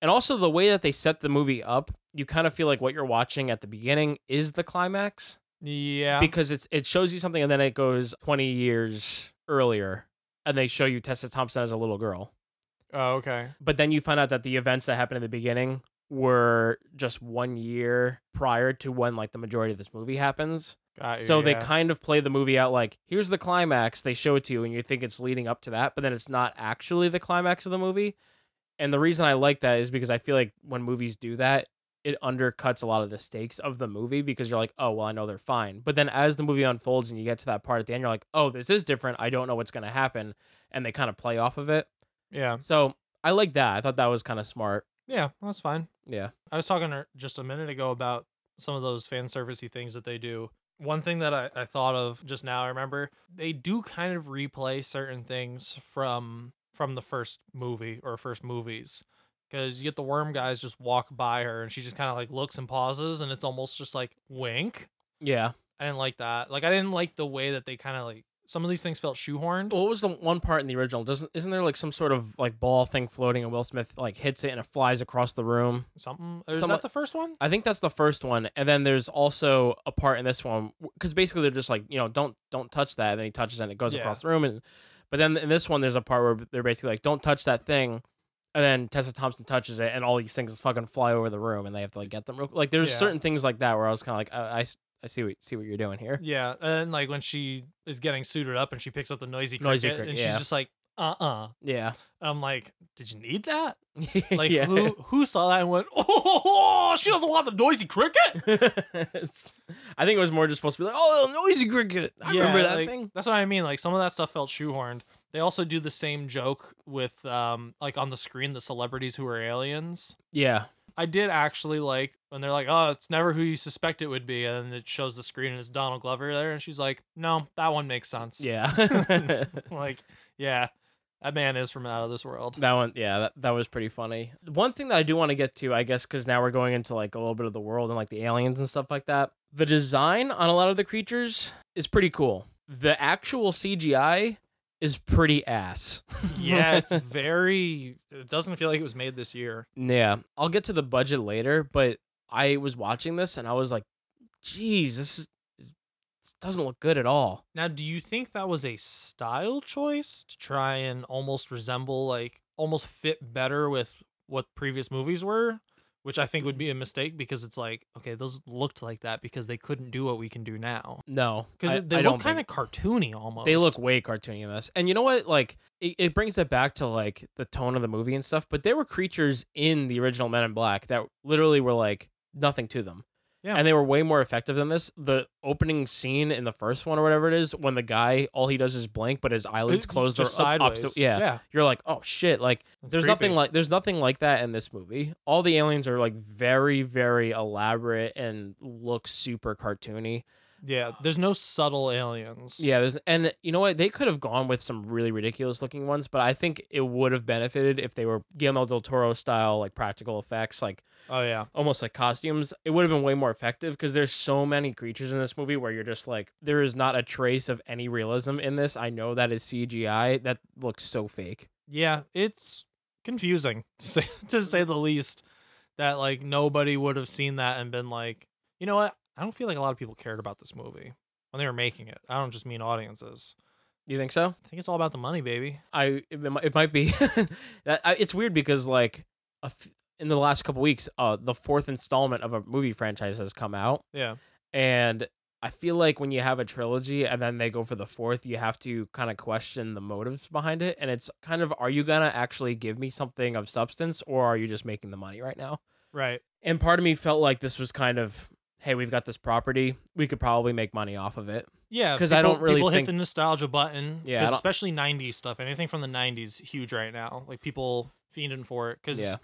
And also the way that they set the movie up, you kind of feel like what you're watching at the beginning is the climax Yeah. because it's it shows you something and then it goes 20 years earlier and they show you Tessa Thompson as a little girl Oh, okay. But then you find out that the events that happened at the beginning were just one year prior to when like the majority of this movie happens. Got you, so they yeah. kind of play the movie out like here's the climax they show it to you and you think it's leading up to that, but then it's not actually the climax of the movie. And the reason I like that is because I feel like when movies do that, it undercuts a lot of the stakes of the movie because you're like, oh well, I know they're fine. But then as the movie unfolds and you get to that part at the end, you're like, oh, this is different. I don't know what's gonna happen, and they kind of play off of it. Yeah. So I like that. I thought that was kind of smart. Yeah, well, that's fine. Yeah. I was talking to- just a minute ago about some of those fan servicey things that they do. One thing that I, I thought of just now, I remember they do kind of replay certain things from from the first movie or first movies. Because you get the worm guys just walk by her and she just kind of like looks and pauses and it's almost just like wink. Yeah. I didn't like that. Like I didn't like the way that they kind of like some of these things felt shoehorned. What was the one part in the original? Doesn't isn't there like some sort of like ball thing floating and Will Smith like hits it and it flies across the room? Something is Some- that the first one? I think that's the first one, and then there's also a part in this one because basically they're just like you know don't don't touch that, and then he touches it and it goes Yeah. across the room, and but then in this one there's a part where they're basically like don't touch that thing, and then Tessa Thompson touches it, and all these things fucking fly over the room, and they have to like get them real like there's Yeah. certain things like that where I was kind of like "Oh, I, I s- I see what see what you're doing here. Yeah, and like when she is getting suited up and she picks up the noisy cricket, Noisy cricket, and yeah. she's just like, "Uh, uh Yeah. I'm like, "Did you need that? Like, Yeah. who who saw that and went, oh, she doesn't want the noisy cricket? It's- I think it was more just supposed to be like oh noisy cricket. I remember that like, thing. That's what I mean. Like some of that stuff felt shoehorned. They also do the same joke with um like on the screen the celebrities who are aliens. Yeah. I did actually like when they're like, "Oh, it's never who you suspect it would be," and it shows the screen and it's Donald Glover there, and she's like, "No, that one makes sense." Yeah. like, yeah, that man is from out of this world. That one, yeah, that, that was pretty funny. One thing that I do want to get to, I guess, because now we're going into like a little bit of the world and like the aliens and stuff like that. The design on a lot of the creatures is pretty cool. The actual CGI is pretty ass. Yeah, it's very. It doesn't feel like it was made this year. yeah. I'll get to the budget later, but I was watching this and I was like, geez, this, is, this doesn't look good at all. Now, do you think that was a style choice to try and almost resemble, like, almost fit better with what previous movies were? Which I think would be a mistake because it's like, okay, those looked like that because they couldn't do what we can do now. No, I- Because they I look don't think- kind of cartoony almost. They look way cartoony in this. And you know what? Like it, it brings it back to like the tone of the movie and stuff. But there were creatures in the original Men in Black that literally were like nothing to them. Yeah. And they were way more effective than this. The opening scene in the first one or whatever it is, when the guy all he does is blink, but his eyelids It- closed just are up- up- sideways. yeah. Yeah. You're like, oh shit. Like That's there's creepy. nothing like there's nothing like that in this movie. All the aliens are like very, very elaborate and look super cartoony. Yeah, there's no subtle aliens. Yeah, there's and you know what? They could have gone with some really ridiculous looking ones, but I think it would have benefited if they were Guillermo del Toro style, like practical effects, like Oh, yeah. almost like costumes. It would have been way more effective because there's so many creatures in this movie where you're just like, there is not a trace of any realism in this. I know that is CGI. That looks so fake. Yeah, it's confusing to say, to say the least. That like nobody would have seen that and been like, you know what? I don't feel like a lot of people cared about this movie when they were making it. I don't just mean audiences. You think so? I think it's all about the money, baby. I it, mi- it might be. that, I, it's weird because like a f- in the last couple weeks, uh, the fourth installment of a movie franchise has come out. Yeah. And I feel like when you have a trilogy and then they go for the fourth, you have to kind of question the motives behind it. And it's kind of, are you going to actually give me something of substance or are you just making the money right now? Right. And part of me felt like this was kind of, hey, we've got this property. We could probably make money off of it. Yeah, Because I don't people- really people think. hit the nostalgia button. Yeah, I 'cause don't- especially '90s stuff. Anything from the '90s huge right now. Like people fiending for it because Yeah.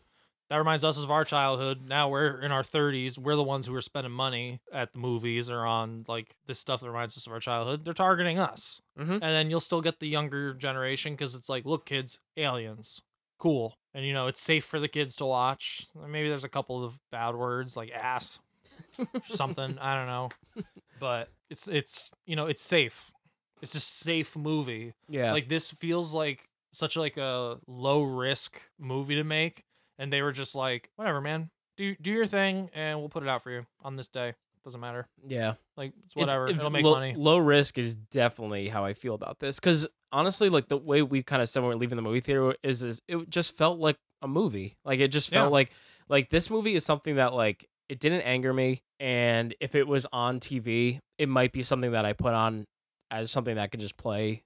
that reminds us of our childhood. Now we're in our 30s. We're the ones who are spending money at the movies or on like this stuff that reminds us of our childhood. They're targeting us, Mhm. and then you'll still get the younger generation because it's like, look, kids, aliens, cool, and you know it's safe for the kids to watch. Maybe there's a couple of bad words like ass, something. I don't know but it's it's you know it's safe it's a safe movie Yeah. like this feels like such like a low risk movie to make and they were just like whatever man do do your thing and we'll put it out for you on this day doesn't matter yeah. like it's It's- whatever if it'll make low, money Low risk is definitely how I feel about this because honestly, like the way we kind of said when we we're leaving the movie theater is, is it just felt like a movie. Like it just felt Yeah. like like this movie is something that like it didn't anger me, and if it was on TV, it might be something that I put on as something that could just play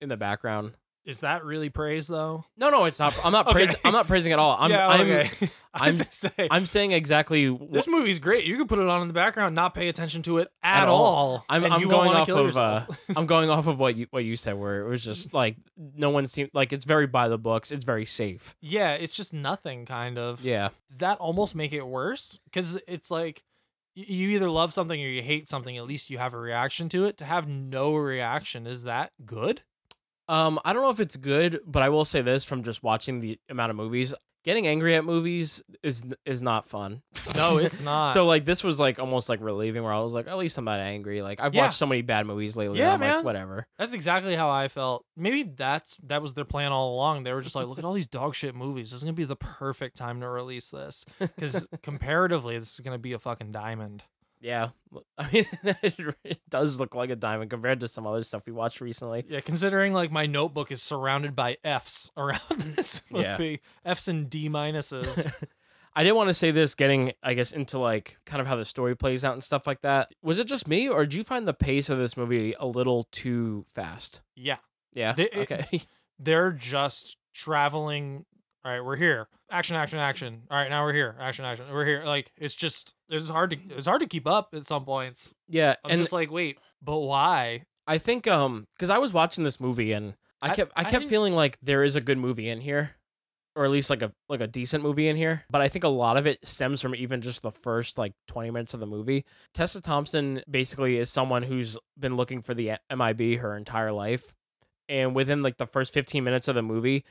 in the background. Is that really praise though? No, no, it's not. I'm not Okay. praising. I'm not praising at all. I'm. Yeah, I'm, okay. I I'm, was gonna say. I'm saying exactly wh- This movie's great. You could put it on in the background, not pay attention to it at, all. I'm, and I'm you won't going wanna off kill of. Uh, yourself. I'm going off of what you what you said, where it was just like no one seemed like it's very by the books. It's very safe. yeah, it's just nothing kind of. Yeah. Does that almost make it worse? Because it's like y- you either love something or you hate something. At least you have a reaction to it. To have no reaction is that good? Um, I don't know if it's good, but I will say this from just watching the amount of movies. Getting angry at movies is is not fun. No, it's not. so like this was like almost like relieving, where I was like, at least I'm not angry. Like I've Yeah. watched so many bad movies lately. Yeah, Yeah, I'm man. Like, whatever. That's exactly how I felt. Maybe that's that was their plan all along. They were just like, look at all these dog shit movies. This is gonna be the perfect time to release this because comparatively, this is gonna be a fucking diamond. Yeah, I mean, it does look like a diamond compared to some other stuff we watched recently. Yeah, considering like my notebook is surrounded by Fs around this Yeah. movie, Fs and D minuses. I did want to say this, getting I guess into like kind of how the story plays out and stuff like that. Was it just me, or did you find the pace of this movie a little too fast? yeah, Yeah. They- it- okay. they're just traveling. All right, we're here. Action, action, action. All right, now we're here. Action, action. We're here. Like it's just it's hard to it's hard to keep up at some points. Yeah, I'm and- just like, wait, but why? I think um because I was watching this movie and I I- kept I, I kept didn't- feeling like there is a good movie in here, or at least like a like a decent movie in here. But I think a lot of it stems from even just the first like twenty minutes of the movie. Tessa Thompson basically is someone who's been looking for the MIB her entire life, and within like the first fifteen minutes of the movie,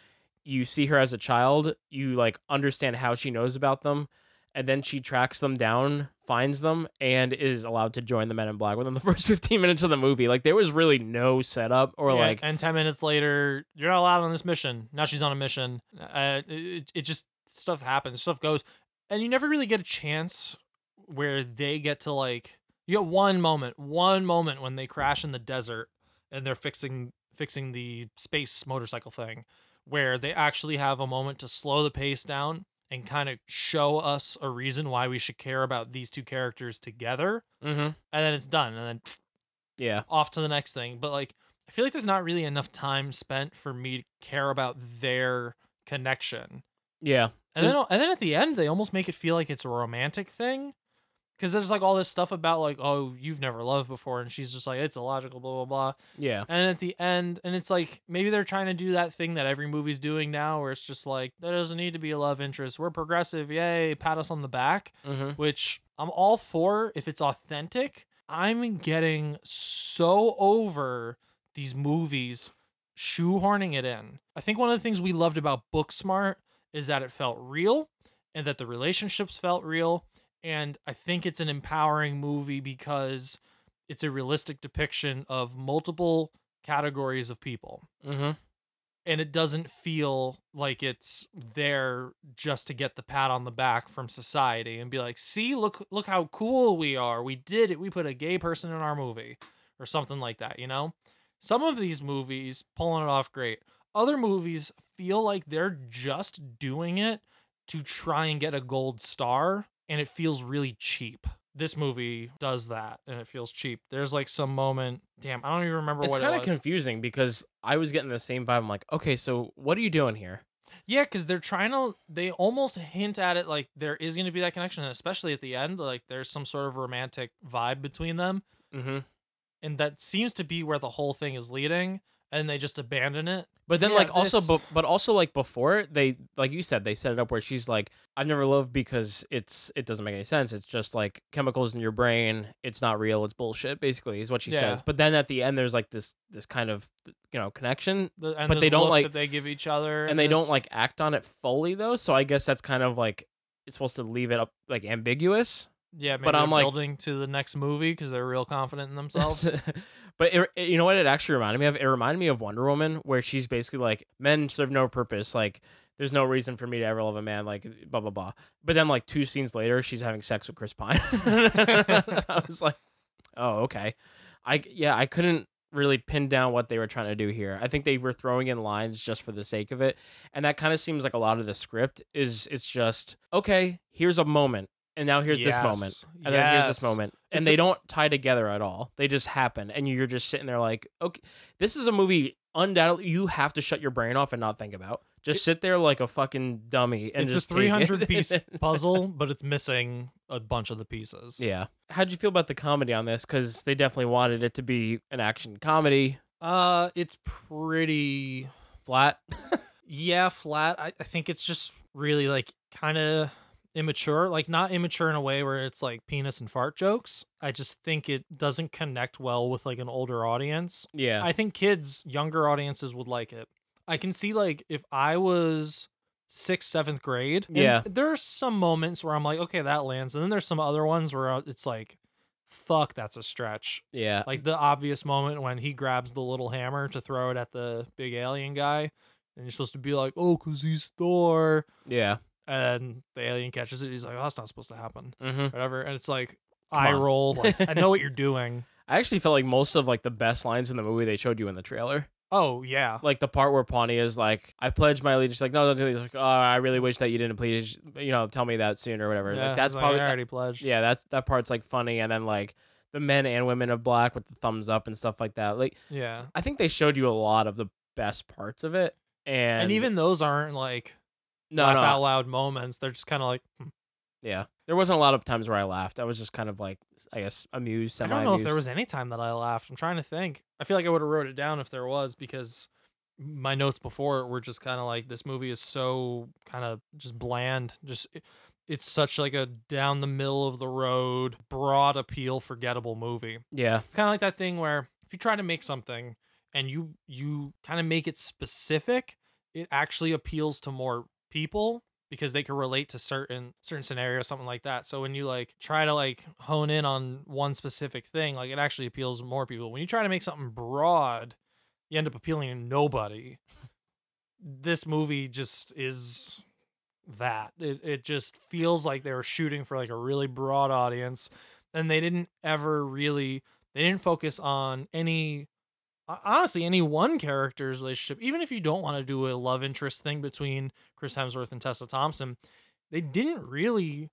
you see her as a child. You like understand how she knows about them. And then she tracks them down, finds them, and is allowed to join the Men in Black within the first 15 minutes of the movie. Like, there was really no setup or Yeah, like, and 10 minutes later you're not allowed on this mission now she's on a mission uh, it, it just stuff happens stuff goes and you never really get a chance where they get to like you get one moment one moment when they crash in the desert and they're fixing fixing the space motorcycle thing where they actually have a moment to slow the pace down and kind of show us a reason why we should care about these two characters together Mhm. and then it's done and then yeah. off to the next thing. But like, I feel like there's not really enough time spent for me to care about their connection. Yeah. And then, and then at the end, they almost make it feel like it's a romantic thing. Because there's like all this stuff about like, oh, you've never loved before, and she's just like, it's illogical, blah blah blah. Yeah. And at the end, and it's like maybe they're trying to do that thing that every movie's doing now, where it's just like there doesn't need to be a love interest. We're progressive, yay! Pat us on the back, Mhm. which I'm all for if it's authentic. I'm getting so over these movies shoehorning it in. I think one of the things we loved about Booksmart is that it felt real and that the relationships felt real. And I think it's an empowering movie because it's a realistic depiction of multiple categories of people. Mhm. And it doesn't feel like it's there just to get the pat on the back from society and be like, see, look, look how cool we are. We did it. We put a gay person in our movie or something like that, you know? Some of these movies pulling it off great. Other movies feel like they're just doing it to try and get a gold star, and it feels really cheap. This movie does that, and it feels cheap. There's like some moment. Damn, I don't even remember It's what kind it of was. confusing because I was getting the same vibe. I'm like, okay, so what are you doing here? yeah, because they're trying to. They almost hint at it like there is going to be that connection, and especially at the end, like there's some sort of romantic vibe between them. Mm-hmm. and that seems to be where the whole thing is leading and they just abandon it But then, Yeah, like, also, it's- but, but also, like, before it, they, like you said, they set it up where she's like, "I've never loved because it's it doesn't make any sense. It's just like chemicals in your brain. It's not real. It's bullshit." Basically, is what she Yeah. says. But then at the end, there's like this this kind of you know connection, the- and but this they don't look like that they give each other and they don't this- like act on it fully though. So I guess that's kind of like it's supposed to leave it up like ambiguous. yeah maybe but I'm they're like, building to the next movie because they're real confident in themselves But it, it- you know what? It actually reminded me of. It reminded me of Wonder Woman, where she's basically like, "Men serve no purpose. Like, there's no reason for me to ever love a man. Like, blah blah blah." But then, like two scenes later, she's having sex with Chris Pine. I was like, "Oh, okay." I yeah, I couldn't really pinned down what they were trying to do here. I think they were throwing in lines just for the sake of it. And that kind of seems like a lot of the script is it's just, okay, here's a moment. And now here's this Yes. moment. And then here's Yes. this moment. And It's they a- don't tie together at all. They just happen. And you're just sitting there like, okay, this is a movie undoubtedly you have to shut your brain off and not think about. Just sit there like a fucking dummy and it's a just take it. 300 piece puzzle, but it's missing a bunch of the pieces. Yeah. How'd you feel about the comedy on this? Because they definitely wanted it to be an action comedy. Uh, it's pretty flat. yeah, flat. I, I think it's just really like kind of immature, like not immature in a way where it's like penis and fart jokes. I just think it doesn't connect well with like an older audience. Yeah. I think kids, younger audiences would like it. I can see like if I was sixth, seventh grade. and Yeah. There are some moments where I'm like, okay, that lands. And then there's some other ones where I- it's like, fuck, that's a stretch. Yeah. Like the obvious moment when he grabs the little hammer to throw it at the big alien guy. And you're supposed to be like, oh, because he's Thor. Yeah. And the alien catches it. He's like, oh, that's not supposed to happen. Mhm. Whatever. And it's like, Come eye on. roll. Like, I know what you're doing. I actually felt like most of like the best lines in the movie they showed you in the trailer. Oh, yeah. Like the part where Pawnee is like, "I pledge my allegiance." Like, no, don't do this. Like, oh, I really wish that you didn't please, you know, tell me that soon or whatever. Yeah, like, that's he's like, probably "I already pledged. Yeah, that's that part's like funny, and then like the men and women of black with the thumbs up and stuff like that. Like, Yeah. I think they showed you a lot of the best parts of it, and, And, even those aren't like No, laugh no. out loud moments. They're just kind of like, hmm. yeah, there wasn't a lot of times where I laughed. I was just kind of like, I guess, amused. I Semi- don't know if there was any time that I laughed. I'm trying to think. I feel like I would have wrote it down if there was because my notes before were just kind of like this movie is so kind of just bland. Just it's such like a down the middle of the road, broad appeal, forgettable movie. Yeah. It's kind of like that thing where if you try to make something and you you kind of make it specific, it actually appeals to more people because they can relate to certain certain scenarios, something like that. So when you like try to like hone in on one specific thing, like it actually appeals to more people. When you try to make something broad, you end up appealing to nobody. This movie just is that. It it just feels like they were shooting for like a really broad audience and they didn't ever really they didn't focus on any hon- honestly any one character's relationship even if you don't want to do a love interest thing between Chris Hemsworth and Tessa Thompson they didn't really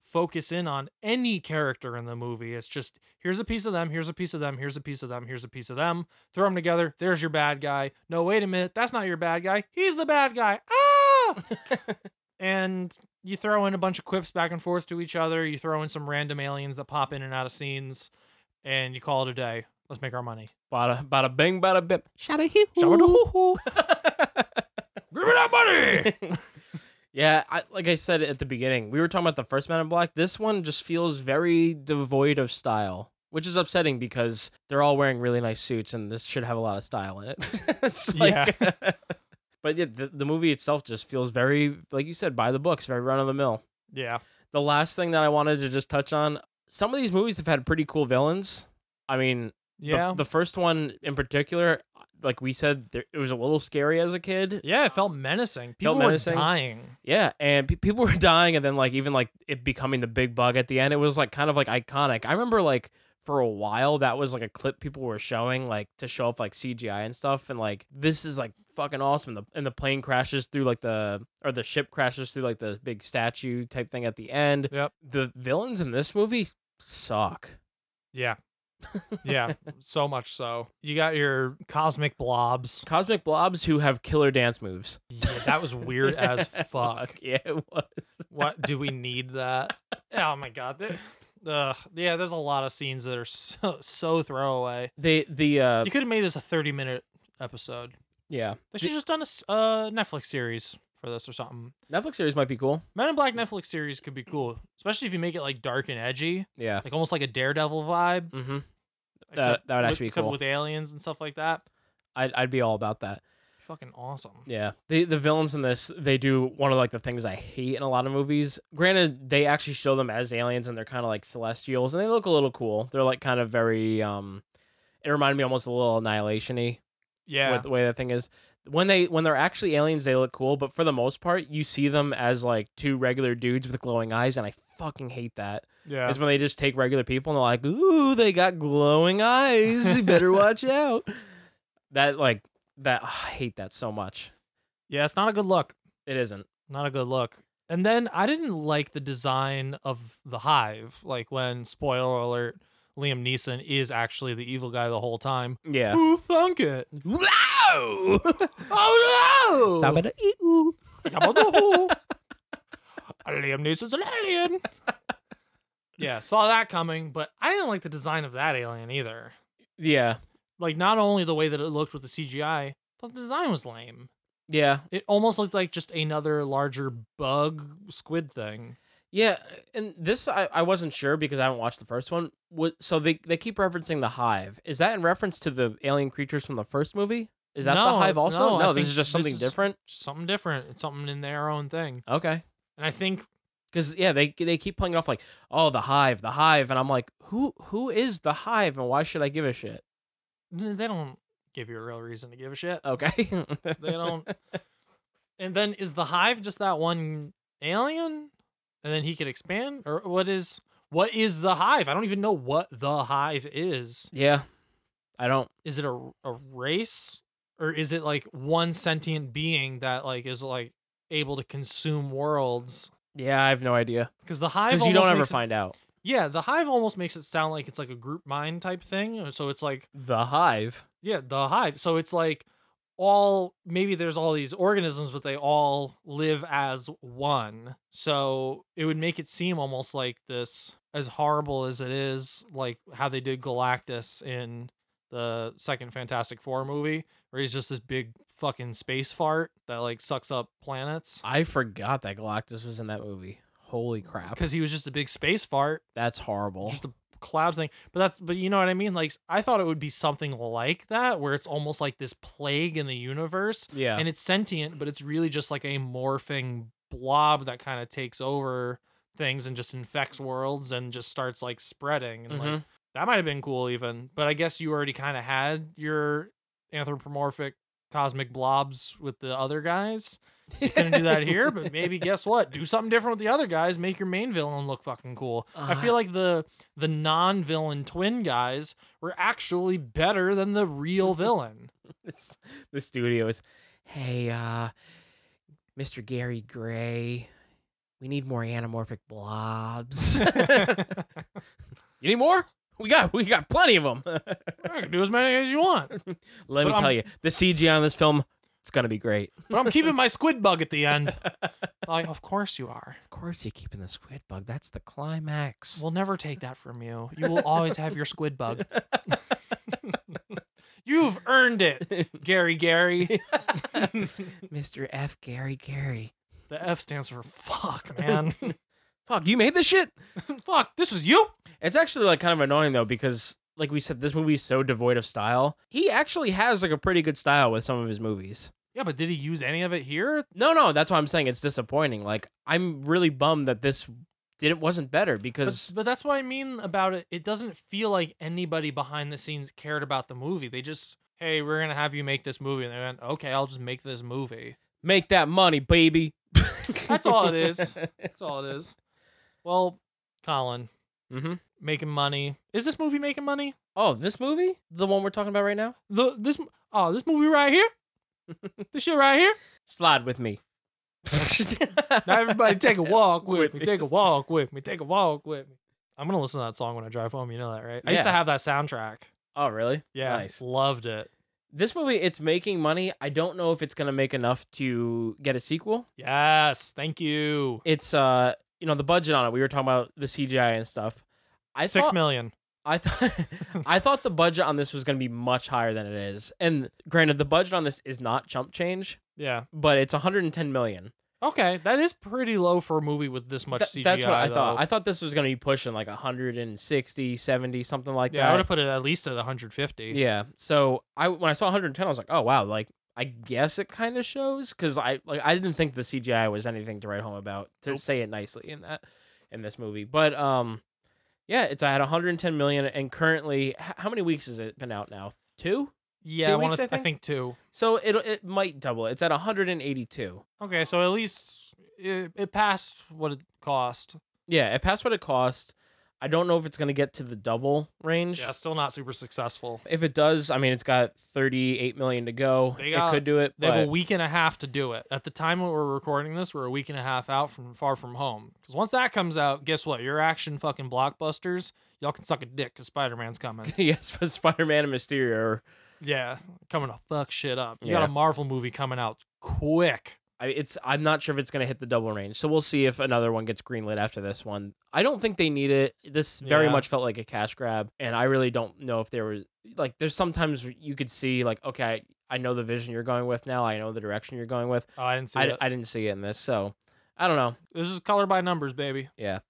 focus in on any character in the movie it's just here's a piece of them here's a piece of them here's a piece of them here's a piece of them throw them together there's your bad guy no wait a minute that's not your bad guy he's the bad guy ah and you throw in a bunch of quips back and forth to each other. You throw in some random aliens that pop in and out of scenes, and you call it a day. Let's make our money. bada bada bing bada bip. Shout out Give me that money. yeah, I, like I said at the beginning, we were talking about the first Man in Black. This one just feels very devoid of style, which is upsetting because they're all wearing really nice suits, and this should have a lot of style in it. it's like, but yeah, the, the movie itself just feels very, like you said, by the books, very run of the mill. Yeah. The last thing that I wanted to just touch on: some of these movies have had pretty cool villains. I mean, the- Yeah. the, first one in particular, like we said, there, it was a little scary as a kid. Yeah, it felt menacing. Felt People were menacing. dying. Yeah, and pe- people were dying, and then like even like it becoming the big bug at the end, it was like kind of like iconic. I remember like for a while that was like a clip people were showing like to show off like CGI and stuff, and like this is like fucking awesome. The and the plane crashes through like the or the ship crashes through like the big statue type thing at the end. Yep. The villains in this movie suck. Yeah. yeah, so much so. You got your cosmic blobs. Cosmic blobs who have killer dance moves. Yeah, that was weird as fuck. Yeah, it was. What do we need that? oh my god. there- Ugh. yeah, there's a lot of scenes that are so so throwaway. They the uh You could have made this a 30 minute episode. yeah. They should just done a s- uh, Netflix series for this or something. Netflix series might be cool. Men in Black Netflix series could be cool, especially if you make it like dark and edgy, Yeah. like almost like a Daredevil vibe. Mm-hmm. Except that would actually be with, except cool. with aliens and stuff like that. I'd I'd be all about that. Fucking awesome. Yeah. The the villains in this, they do one of like the things I hate in a lot of movies. Granted, they actually show them as aliens and they're kind of like celestials and they look a little cool. They're like kind of very um it reminded me almost a little annihilation y. Yeah. With the way that thing is. when they when they're actually aliens, they look cool, but for the most part, you see them as like two regular dudes with glowing eyes, and I fucking hate that. Yeah. Is when they just take regular people and they're like, ooh, they got glowing eyes. You better watch out. That like that ah, I hate that so much. Yeah, it's not a good look. It isn't. Not a good look. And then I didn't like the design of the hive. Like when spoiler alert, Liam Neeson is actually the evil guy the whole time. Yeah. Who thunk it? Wow! oh no! Sabada ee-oo. Sabada hoo. Liam Neeson's an alien. yeah, saw that coming, but I didn't like the design of that alien either. Yeah. Like not only the way that it looked with the CGI, but the design was lame. Yeah. It almost looked like just another larger bug squid thing. Yeah, and this I, I wasn't sure because I haven't watched the first one. What so they they keep referencing the hive. Is that in reference to the alien creatures from the first movie? Is that the No, hive also? no, I this think is just this something is- different. Something different. It's something in their own thing. Okay. And I think Cuz yeah, they they keep playing it off like, "Oh, the hive, the hive." And I'm like, "Who who is the hive and why should I give a shit?" they don't give you a real reason to give a shit. Okay. They don't. And then is the hive just that one alien? And then he could expand? Or what is what is the hive? I don't even know what the hive is. Yeah. I don't Is it a, a race? Or is it like one sentient being that like is like able to consume worlds? Yeah, I have no idea. Because the hive Cuz you don't almost ever makes it- find out. Yeah, the hive almost makes it sound like it's like a group mind type thing. So it's like The hive. yeah, the hive. So it's like all maybe there's all these organisms, but they all live as one. So it would make it seem almost like this, as horrible as it is, like how they did Galactus in the second Fantastic Four movie, where he's just this big fucking space fart that like sucks up planets. I forgot that Galactus was in that movie. Holy crap. Because he was just a big space fart. That's horrible. just a cloud thing. But that's but you know what I mean? Like I thought it would be something like that where it's almost like this plague in the universe. Yeah. And it's sentient, but it's really just like a morphing blob that kind of takes over things and just infects worlds and just starts like spreading and like Mhm. that might have been cool even. But I guess you already kind of had your anthropomorphic cosmic blobs with the other guys. So you couldn't do that here, but maybe guess what? Do something different with the other guys. Make your main villain look fucking cool. I feel Uh, like the the non villain twin guys were actually better than the real villain. it's the studio is, hey, uh, Mr. Gary Gray, we need more anamorphic blobs. you need more? We got we got plenty of them. I can do as many as you want, Let me But tell I'm- you, the CG on this film, it's gonna be great. but I'm keeping my squid bug at the end. Like, of course you are. Of course, you're keeping the squid bug. That's the climax. We'll never take that from you. You will always have your squid bug. You've earned it, Gary Gary. Mr. F. Gary Gary. The F stands for fuck, man. Fuck, you made this shit. fuck, this is you. It's actually like kind of annoying though because like we said, this movie is so devoid of style. He actually has like a pretty good style with some of his movies. Yeah, but did he use any of it here? No, no, that's why I'm saying it's disappointing. Like I'm really bummed that this didn't wasn't better because But, but that's what I mean about it. It doesn't feel like anybody behind the scenes cared about the movie. They just, hey, we're gonna have you make this movie, and they went, okay, I'll just make this movie. make that money, baby. That's all it is. That's all it is. Well, Colin, Mm-hmm. making money. Is this movie making money? Oh, this movie, the one we're talking about right now, The this oh this movie right here, this shit right here. slide with me. Now everybody take a walk with me. Take a walk with me. Take a walk with me. I'm gonna listen to that song when I drive home. You know that, right? I used to Yeah. have that soundtrack. oh, really? Yeah, Nice. loved it. This movie, it's making money. I don't know if it's gonna make enough to get a sequel. Yes, thank you. It's uh, you know, the budget on it. We were talking about the CGI and stuff. I Six thought- million. I thought I thought the budget on this was going to be much higher than it is. And granted, the budget on this is not chump change, Yeah. but it's 110 million. Okay, that is pretty low for a movie with this much Th- CGI. that's what I thought. though. I thought this was going to be pushing like 160, 70, something like yeah, I would that. have put it at least at 150. yeah. So I when I saw 110, I was like, oh wow, like I guess it kind of shows because I like I didn't think the CGI was anything to write home about to Nope. say it nicely in that in this movie, but um. Yeah, it's at 110 million, and currently, h- how many weeks has it been out now? Two? Yeah, Two I want weeks, to. I I think? think two. So it it might double. It's at 182. Okay, so at least it, it passed what it cost. Yeah, it passed what it cost. I don't know if it's going to get to the double range. Yeah, still not super successful. If it does, I mean, it's got 38 million to go. They got, it could do it. They have a but- week and a half to do it. At the time when we're recording this, we're a week and a half out from Far From Home. Because once that comes out, guess what? Your action fucking blockbusters, y'all can suck a dick because Spider Man's coming. yes, but Spider Man and Mysterio. Are, yeah, coming to fuck shit up. You Yeah. got a Marvel movie coming out quick. I, it's I'm not sure if it's going to hit the double range. So we'll see if another one gets greenlit after this one. I don't think they need it. This very Yeah. much felt like a cash grab, and I really don't know if there was like there's sometimes you could see like okay, I know the vision you're going with now. I know the direction you're going with. Oh, I didn't see I, it. I didn't see it in this, so I don't know. This is color by numbers, baby. Yeah.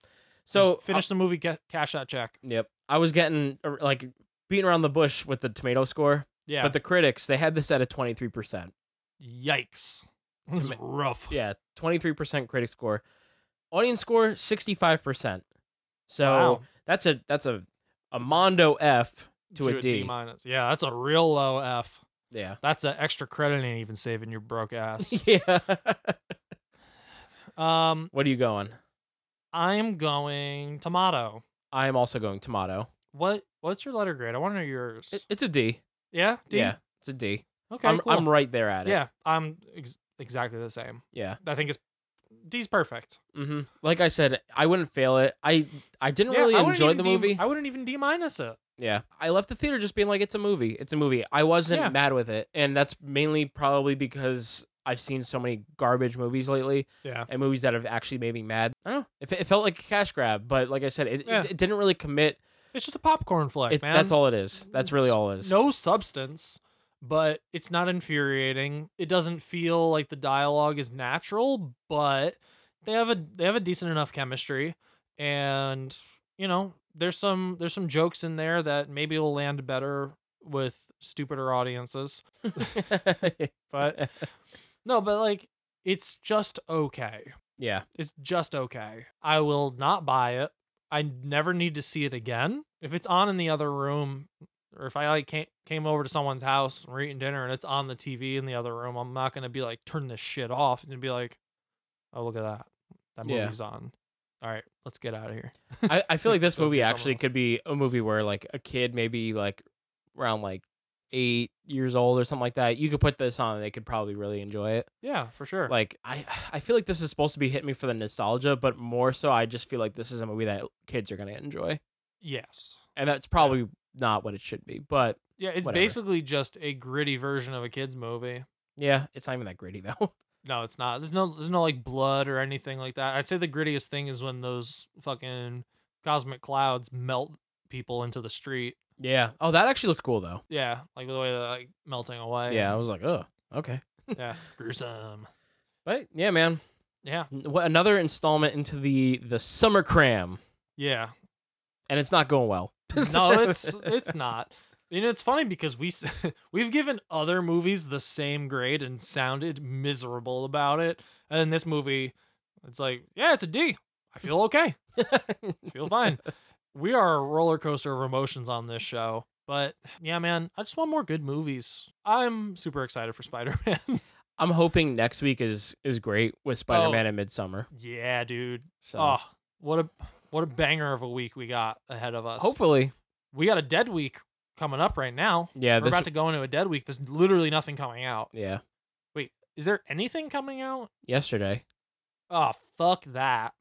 So uh, Just finish the movie, get, cash that check. Yep. I was getting uh, like beaten around the bush with the tomato score. Yeah. But the critics, they had this at a 23%. Yikes. This is rough. Yeah. 23% critic score. Audience score 65%. So Wow. that's a that's a a mondo F to, a D. minus. Yeah, that's a real low F. Yeah. That's an extra credit ain't even saving your broke ass. yeah. Um, what are you going? I'm going tomato. I am also going tomato. What what's your letter grade? I want to know yours. It- it's a D. yeah, D? Yeah. It's a D. Okay, I'm cool. I'm right there at it. Yeah, I'm ex- exactly the same. Yeah. I think it's D's perfect. hmm Like I said, I wouldn't fail it. I I didn't Yeah, really I wouldn't enjoy even the D- movie. I wouldn't even D minus it. Yeah. I left the theater just being like, it's a movie. It's a movie. I wasn't Yeah. mad with it. And that's mainly probably because I've seen so many garbage movies lately Yeah. and movies that have actually made me mad. I don't know. It, fe- it felt like a cash grab, but like I said, it, it- Yeah. it, didn't really commit. It's just a popcorn flick, It's, man. that's all it is. That's really all it It's is. No substance, but it's not infuriating. It doesn't feel like the dialogue is natural, but they have a they have a decent enough chemistry, and you know there's some there's some jokes in there that maybe will land better with stupider audiences. but no, but like it's just okay. Yeah. It's just okay. I will not buy it. I never need to see it again. If it's on in the other room, or if I like came, came over to someone's house and we're eating dinner and it's on the TV in the other room, I'm not gonna be like turn this shit off and be like, oh look at that, that Yeah. movie's on. All right, let's get out of here. I, I feel like this Go do movie something actually else. could be a movie where like a kid maybe like around like eight years old or something like that. You could put this on and they could probably really enjoy it. Yeah, for sure. Like I, I feel like this is supposed to be hitting me for the nostalgia, but more so, I just feel like this is a movie that kids are gonna enjoy, yes, and that's probably not what it should be. But yeah, it's whatever. basically just a gritty version of a kids movie. yeah, it's not even that gritty though. No, it's not. There's no there's no like blood or anything like that. I'd say the grittiest thing is when those fucking cosmic clouds melt people into the street. yeah. Oh, that actually looked cool though. Yeah, like the way they're like melting away. yeah, I was like, oh, okay. yeah, gruesome. But yeah, man, Yeah, N- what another installment into the the summer cram, yeah. and it's not going well. No, it's it's not. You know, it's funny because we s- we've given other movies the same grade and sounded miserable about it, and then this movie, it's like, yeah, it's a D. I feel okay. feel fine. We are a roller coaster of emotions on this show. But yeah, man, I just want more good movies. I'm super excited for Spider Man. I'm hoping next week is is great with Spider Man and Midsummer. yeah, dude. So Oh, what a what a banger of a week we got ahead of us. hopefully, we got a dead week coming up right now. Yeah, we're this- about to go into a dead week. There's literally nothing coming out. yeah. Wait, is there anything coming out? Yesterday, Oh, fuck that.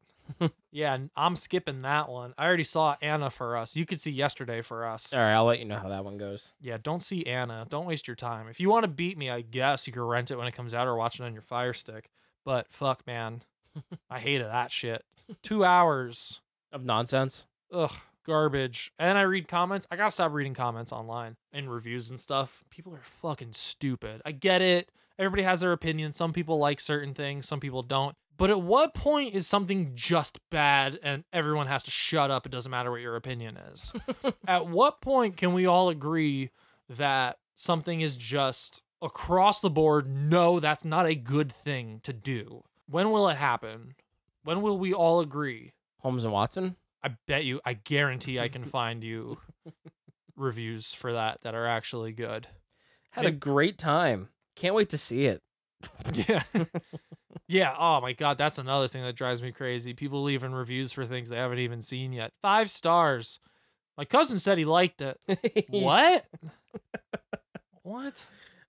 yeah, n- I'm skipping that one. I already saw Anna for us. You could see yesterday for us. all right. I'll let you know how that one goes. Yeah, don't see Anna. Don't waste your time. If you want to beat me, I guess you can rent it when it comes out or watch it on your Fire Stick. But fuck, man, I hated that shit. Two hours. Of nonsense. ugh, garbage. And I read comments. I gotta stop reading comments online and reviews and stuff. People are fucking stupid. I get it. Everybody has their opinion. Some people like certain things, some people don't. But at what point is something just bad and everyone has to shut up? It doesn't matter what your opinion is. at what point can we all agree that something is just across the board, no, that's not a good thing to do? When will it happen? When will we all agree Holmes and Watson. I bet you, I guarantee I can find you reviews for that that are actually good. Had a great time. Can't wait to see it. Yeah. yeah. Oh my god, that's another thing that drives me crazy. People leaving reviews for things they haven't even seen yet. Five stars. My cousin said he liked it. what? what?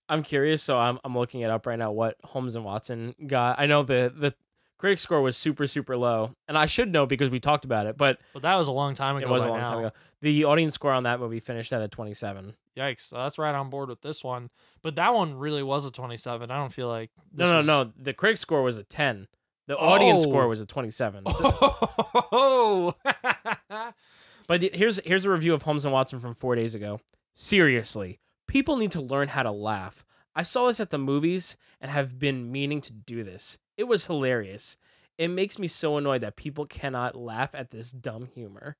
I'm curious, so I'm I'm looking it up right now what Holmes and Watson got. I know the the critic score was super super low, and I should know because we talked about it. But but that was a long time ago. It was by a long now. time ago. The audience score on that movie finished at a 27. Yikes! So that's right on board with this one. But that one really was a 27. I don't feel like No, this no, was- no. The critic score was a 10. The audience Oh. score was a 27. Oh, But the- here's here's a review of Holmes and Watson from four days ago. Seriously, people need to learn how to laugh. I saw this at the movies and have been meaning to do this. It was hilarious. It makes me so annoyed that people cannot laugh at this dumb humor.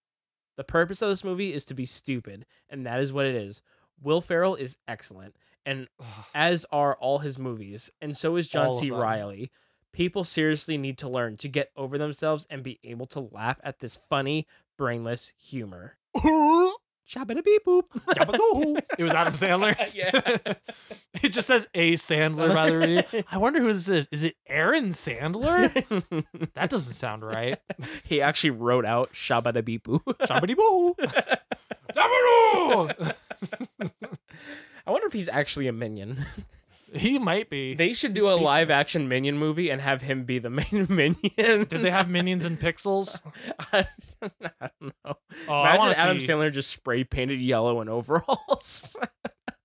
The purpose of this movie is to be stupid, and that is what it is. Will Ferrell is excellent, and Oh! as are all his movies, and so is John All of C. them. Riley. People seriously need to learn to get over themselves and be able to laugh at this funny, brainless humor. Shabba beep boop. it was Adam Sandler. yeah. it just says a Sandler by the review. I wonder who this is. Is it Aaron Sandler? that doesn't sound right. He actually wrote out Shabba beep boop. Shabba boo. I wonder if he's actually a minion. He might be. They should He do a speaks- live action minion movie and have him be the main minion. Did they have minions and pixels? I don't know. Oh, I Imagine wanna Adam see- Sandler just spray painted yellow in overalls.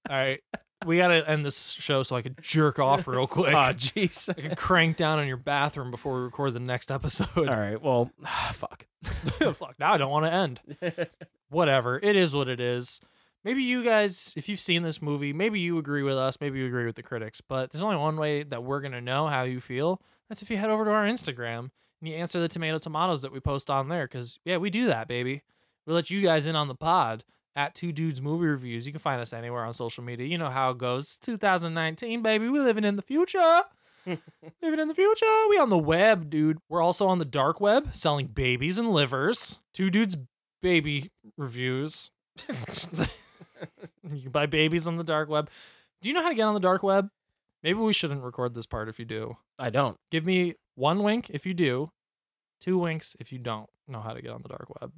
All right. We gotta end this show so I could jerk off real quick. Aw, jeez. I could crank down in your bathroom before we record the next episode. All right. Well, fuck. fuck. Now I don't want to end. Whatever. It is what it is. Maybe you guys, if you've seen this movie, maybe you agree with us. Maybe you agree with the critics. But there's only one way that we're gonna know how you feel. That's if you head over to our Instagram and you answer the tomato tomatoes that we post on there. Because yeah, we do that, baby. We let you guys in on the pod at Two Dudes Movie Reviews. You can find us anywhere on social media. You know how it goes. It's 2019, baby. We living in the future. living in the future. We on the web, dude. We're also on the dark web selling babies and livers. Two Dudes Baby Reviews. you can buy babies on the dark web. Do you know how to get on the dark web? Maybe we shouldn't record this part if you do. I don't. Give me one wink if you do, two winks if you don't know how to get on the dark web.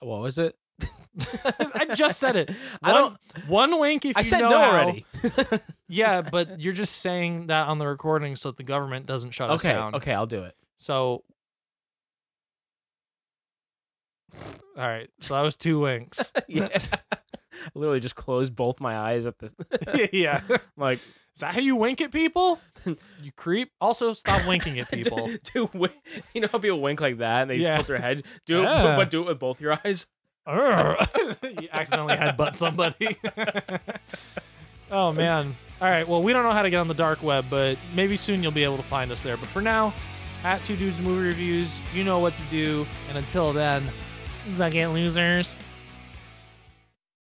What was it? I just said it. I One- One wink if I you said know no how. already. yeah, but you're just saying that on the recording so that the government doesn't shut us Okay, down. okay, I'll do it. So, all right. So that was two winks. yeah. I literally just closed both my eyes at this. yeah. Like, is that how you wink at people? You creep. Also, stop winking at people. do, wi- you know how people wink like that and they Yeah. tilt their head? Do Yeah. it, but do it with both your eyes. you accidentally headbutt somebody. oh man. All right. Well, we don't know how to get on the dark web, but maybe soon you'll be able to find us there. But for now, at Two Dudes Movie Reviews, you know what to do. And until then, suck it, losers.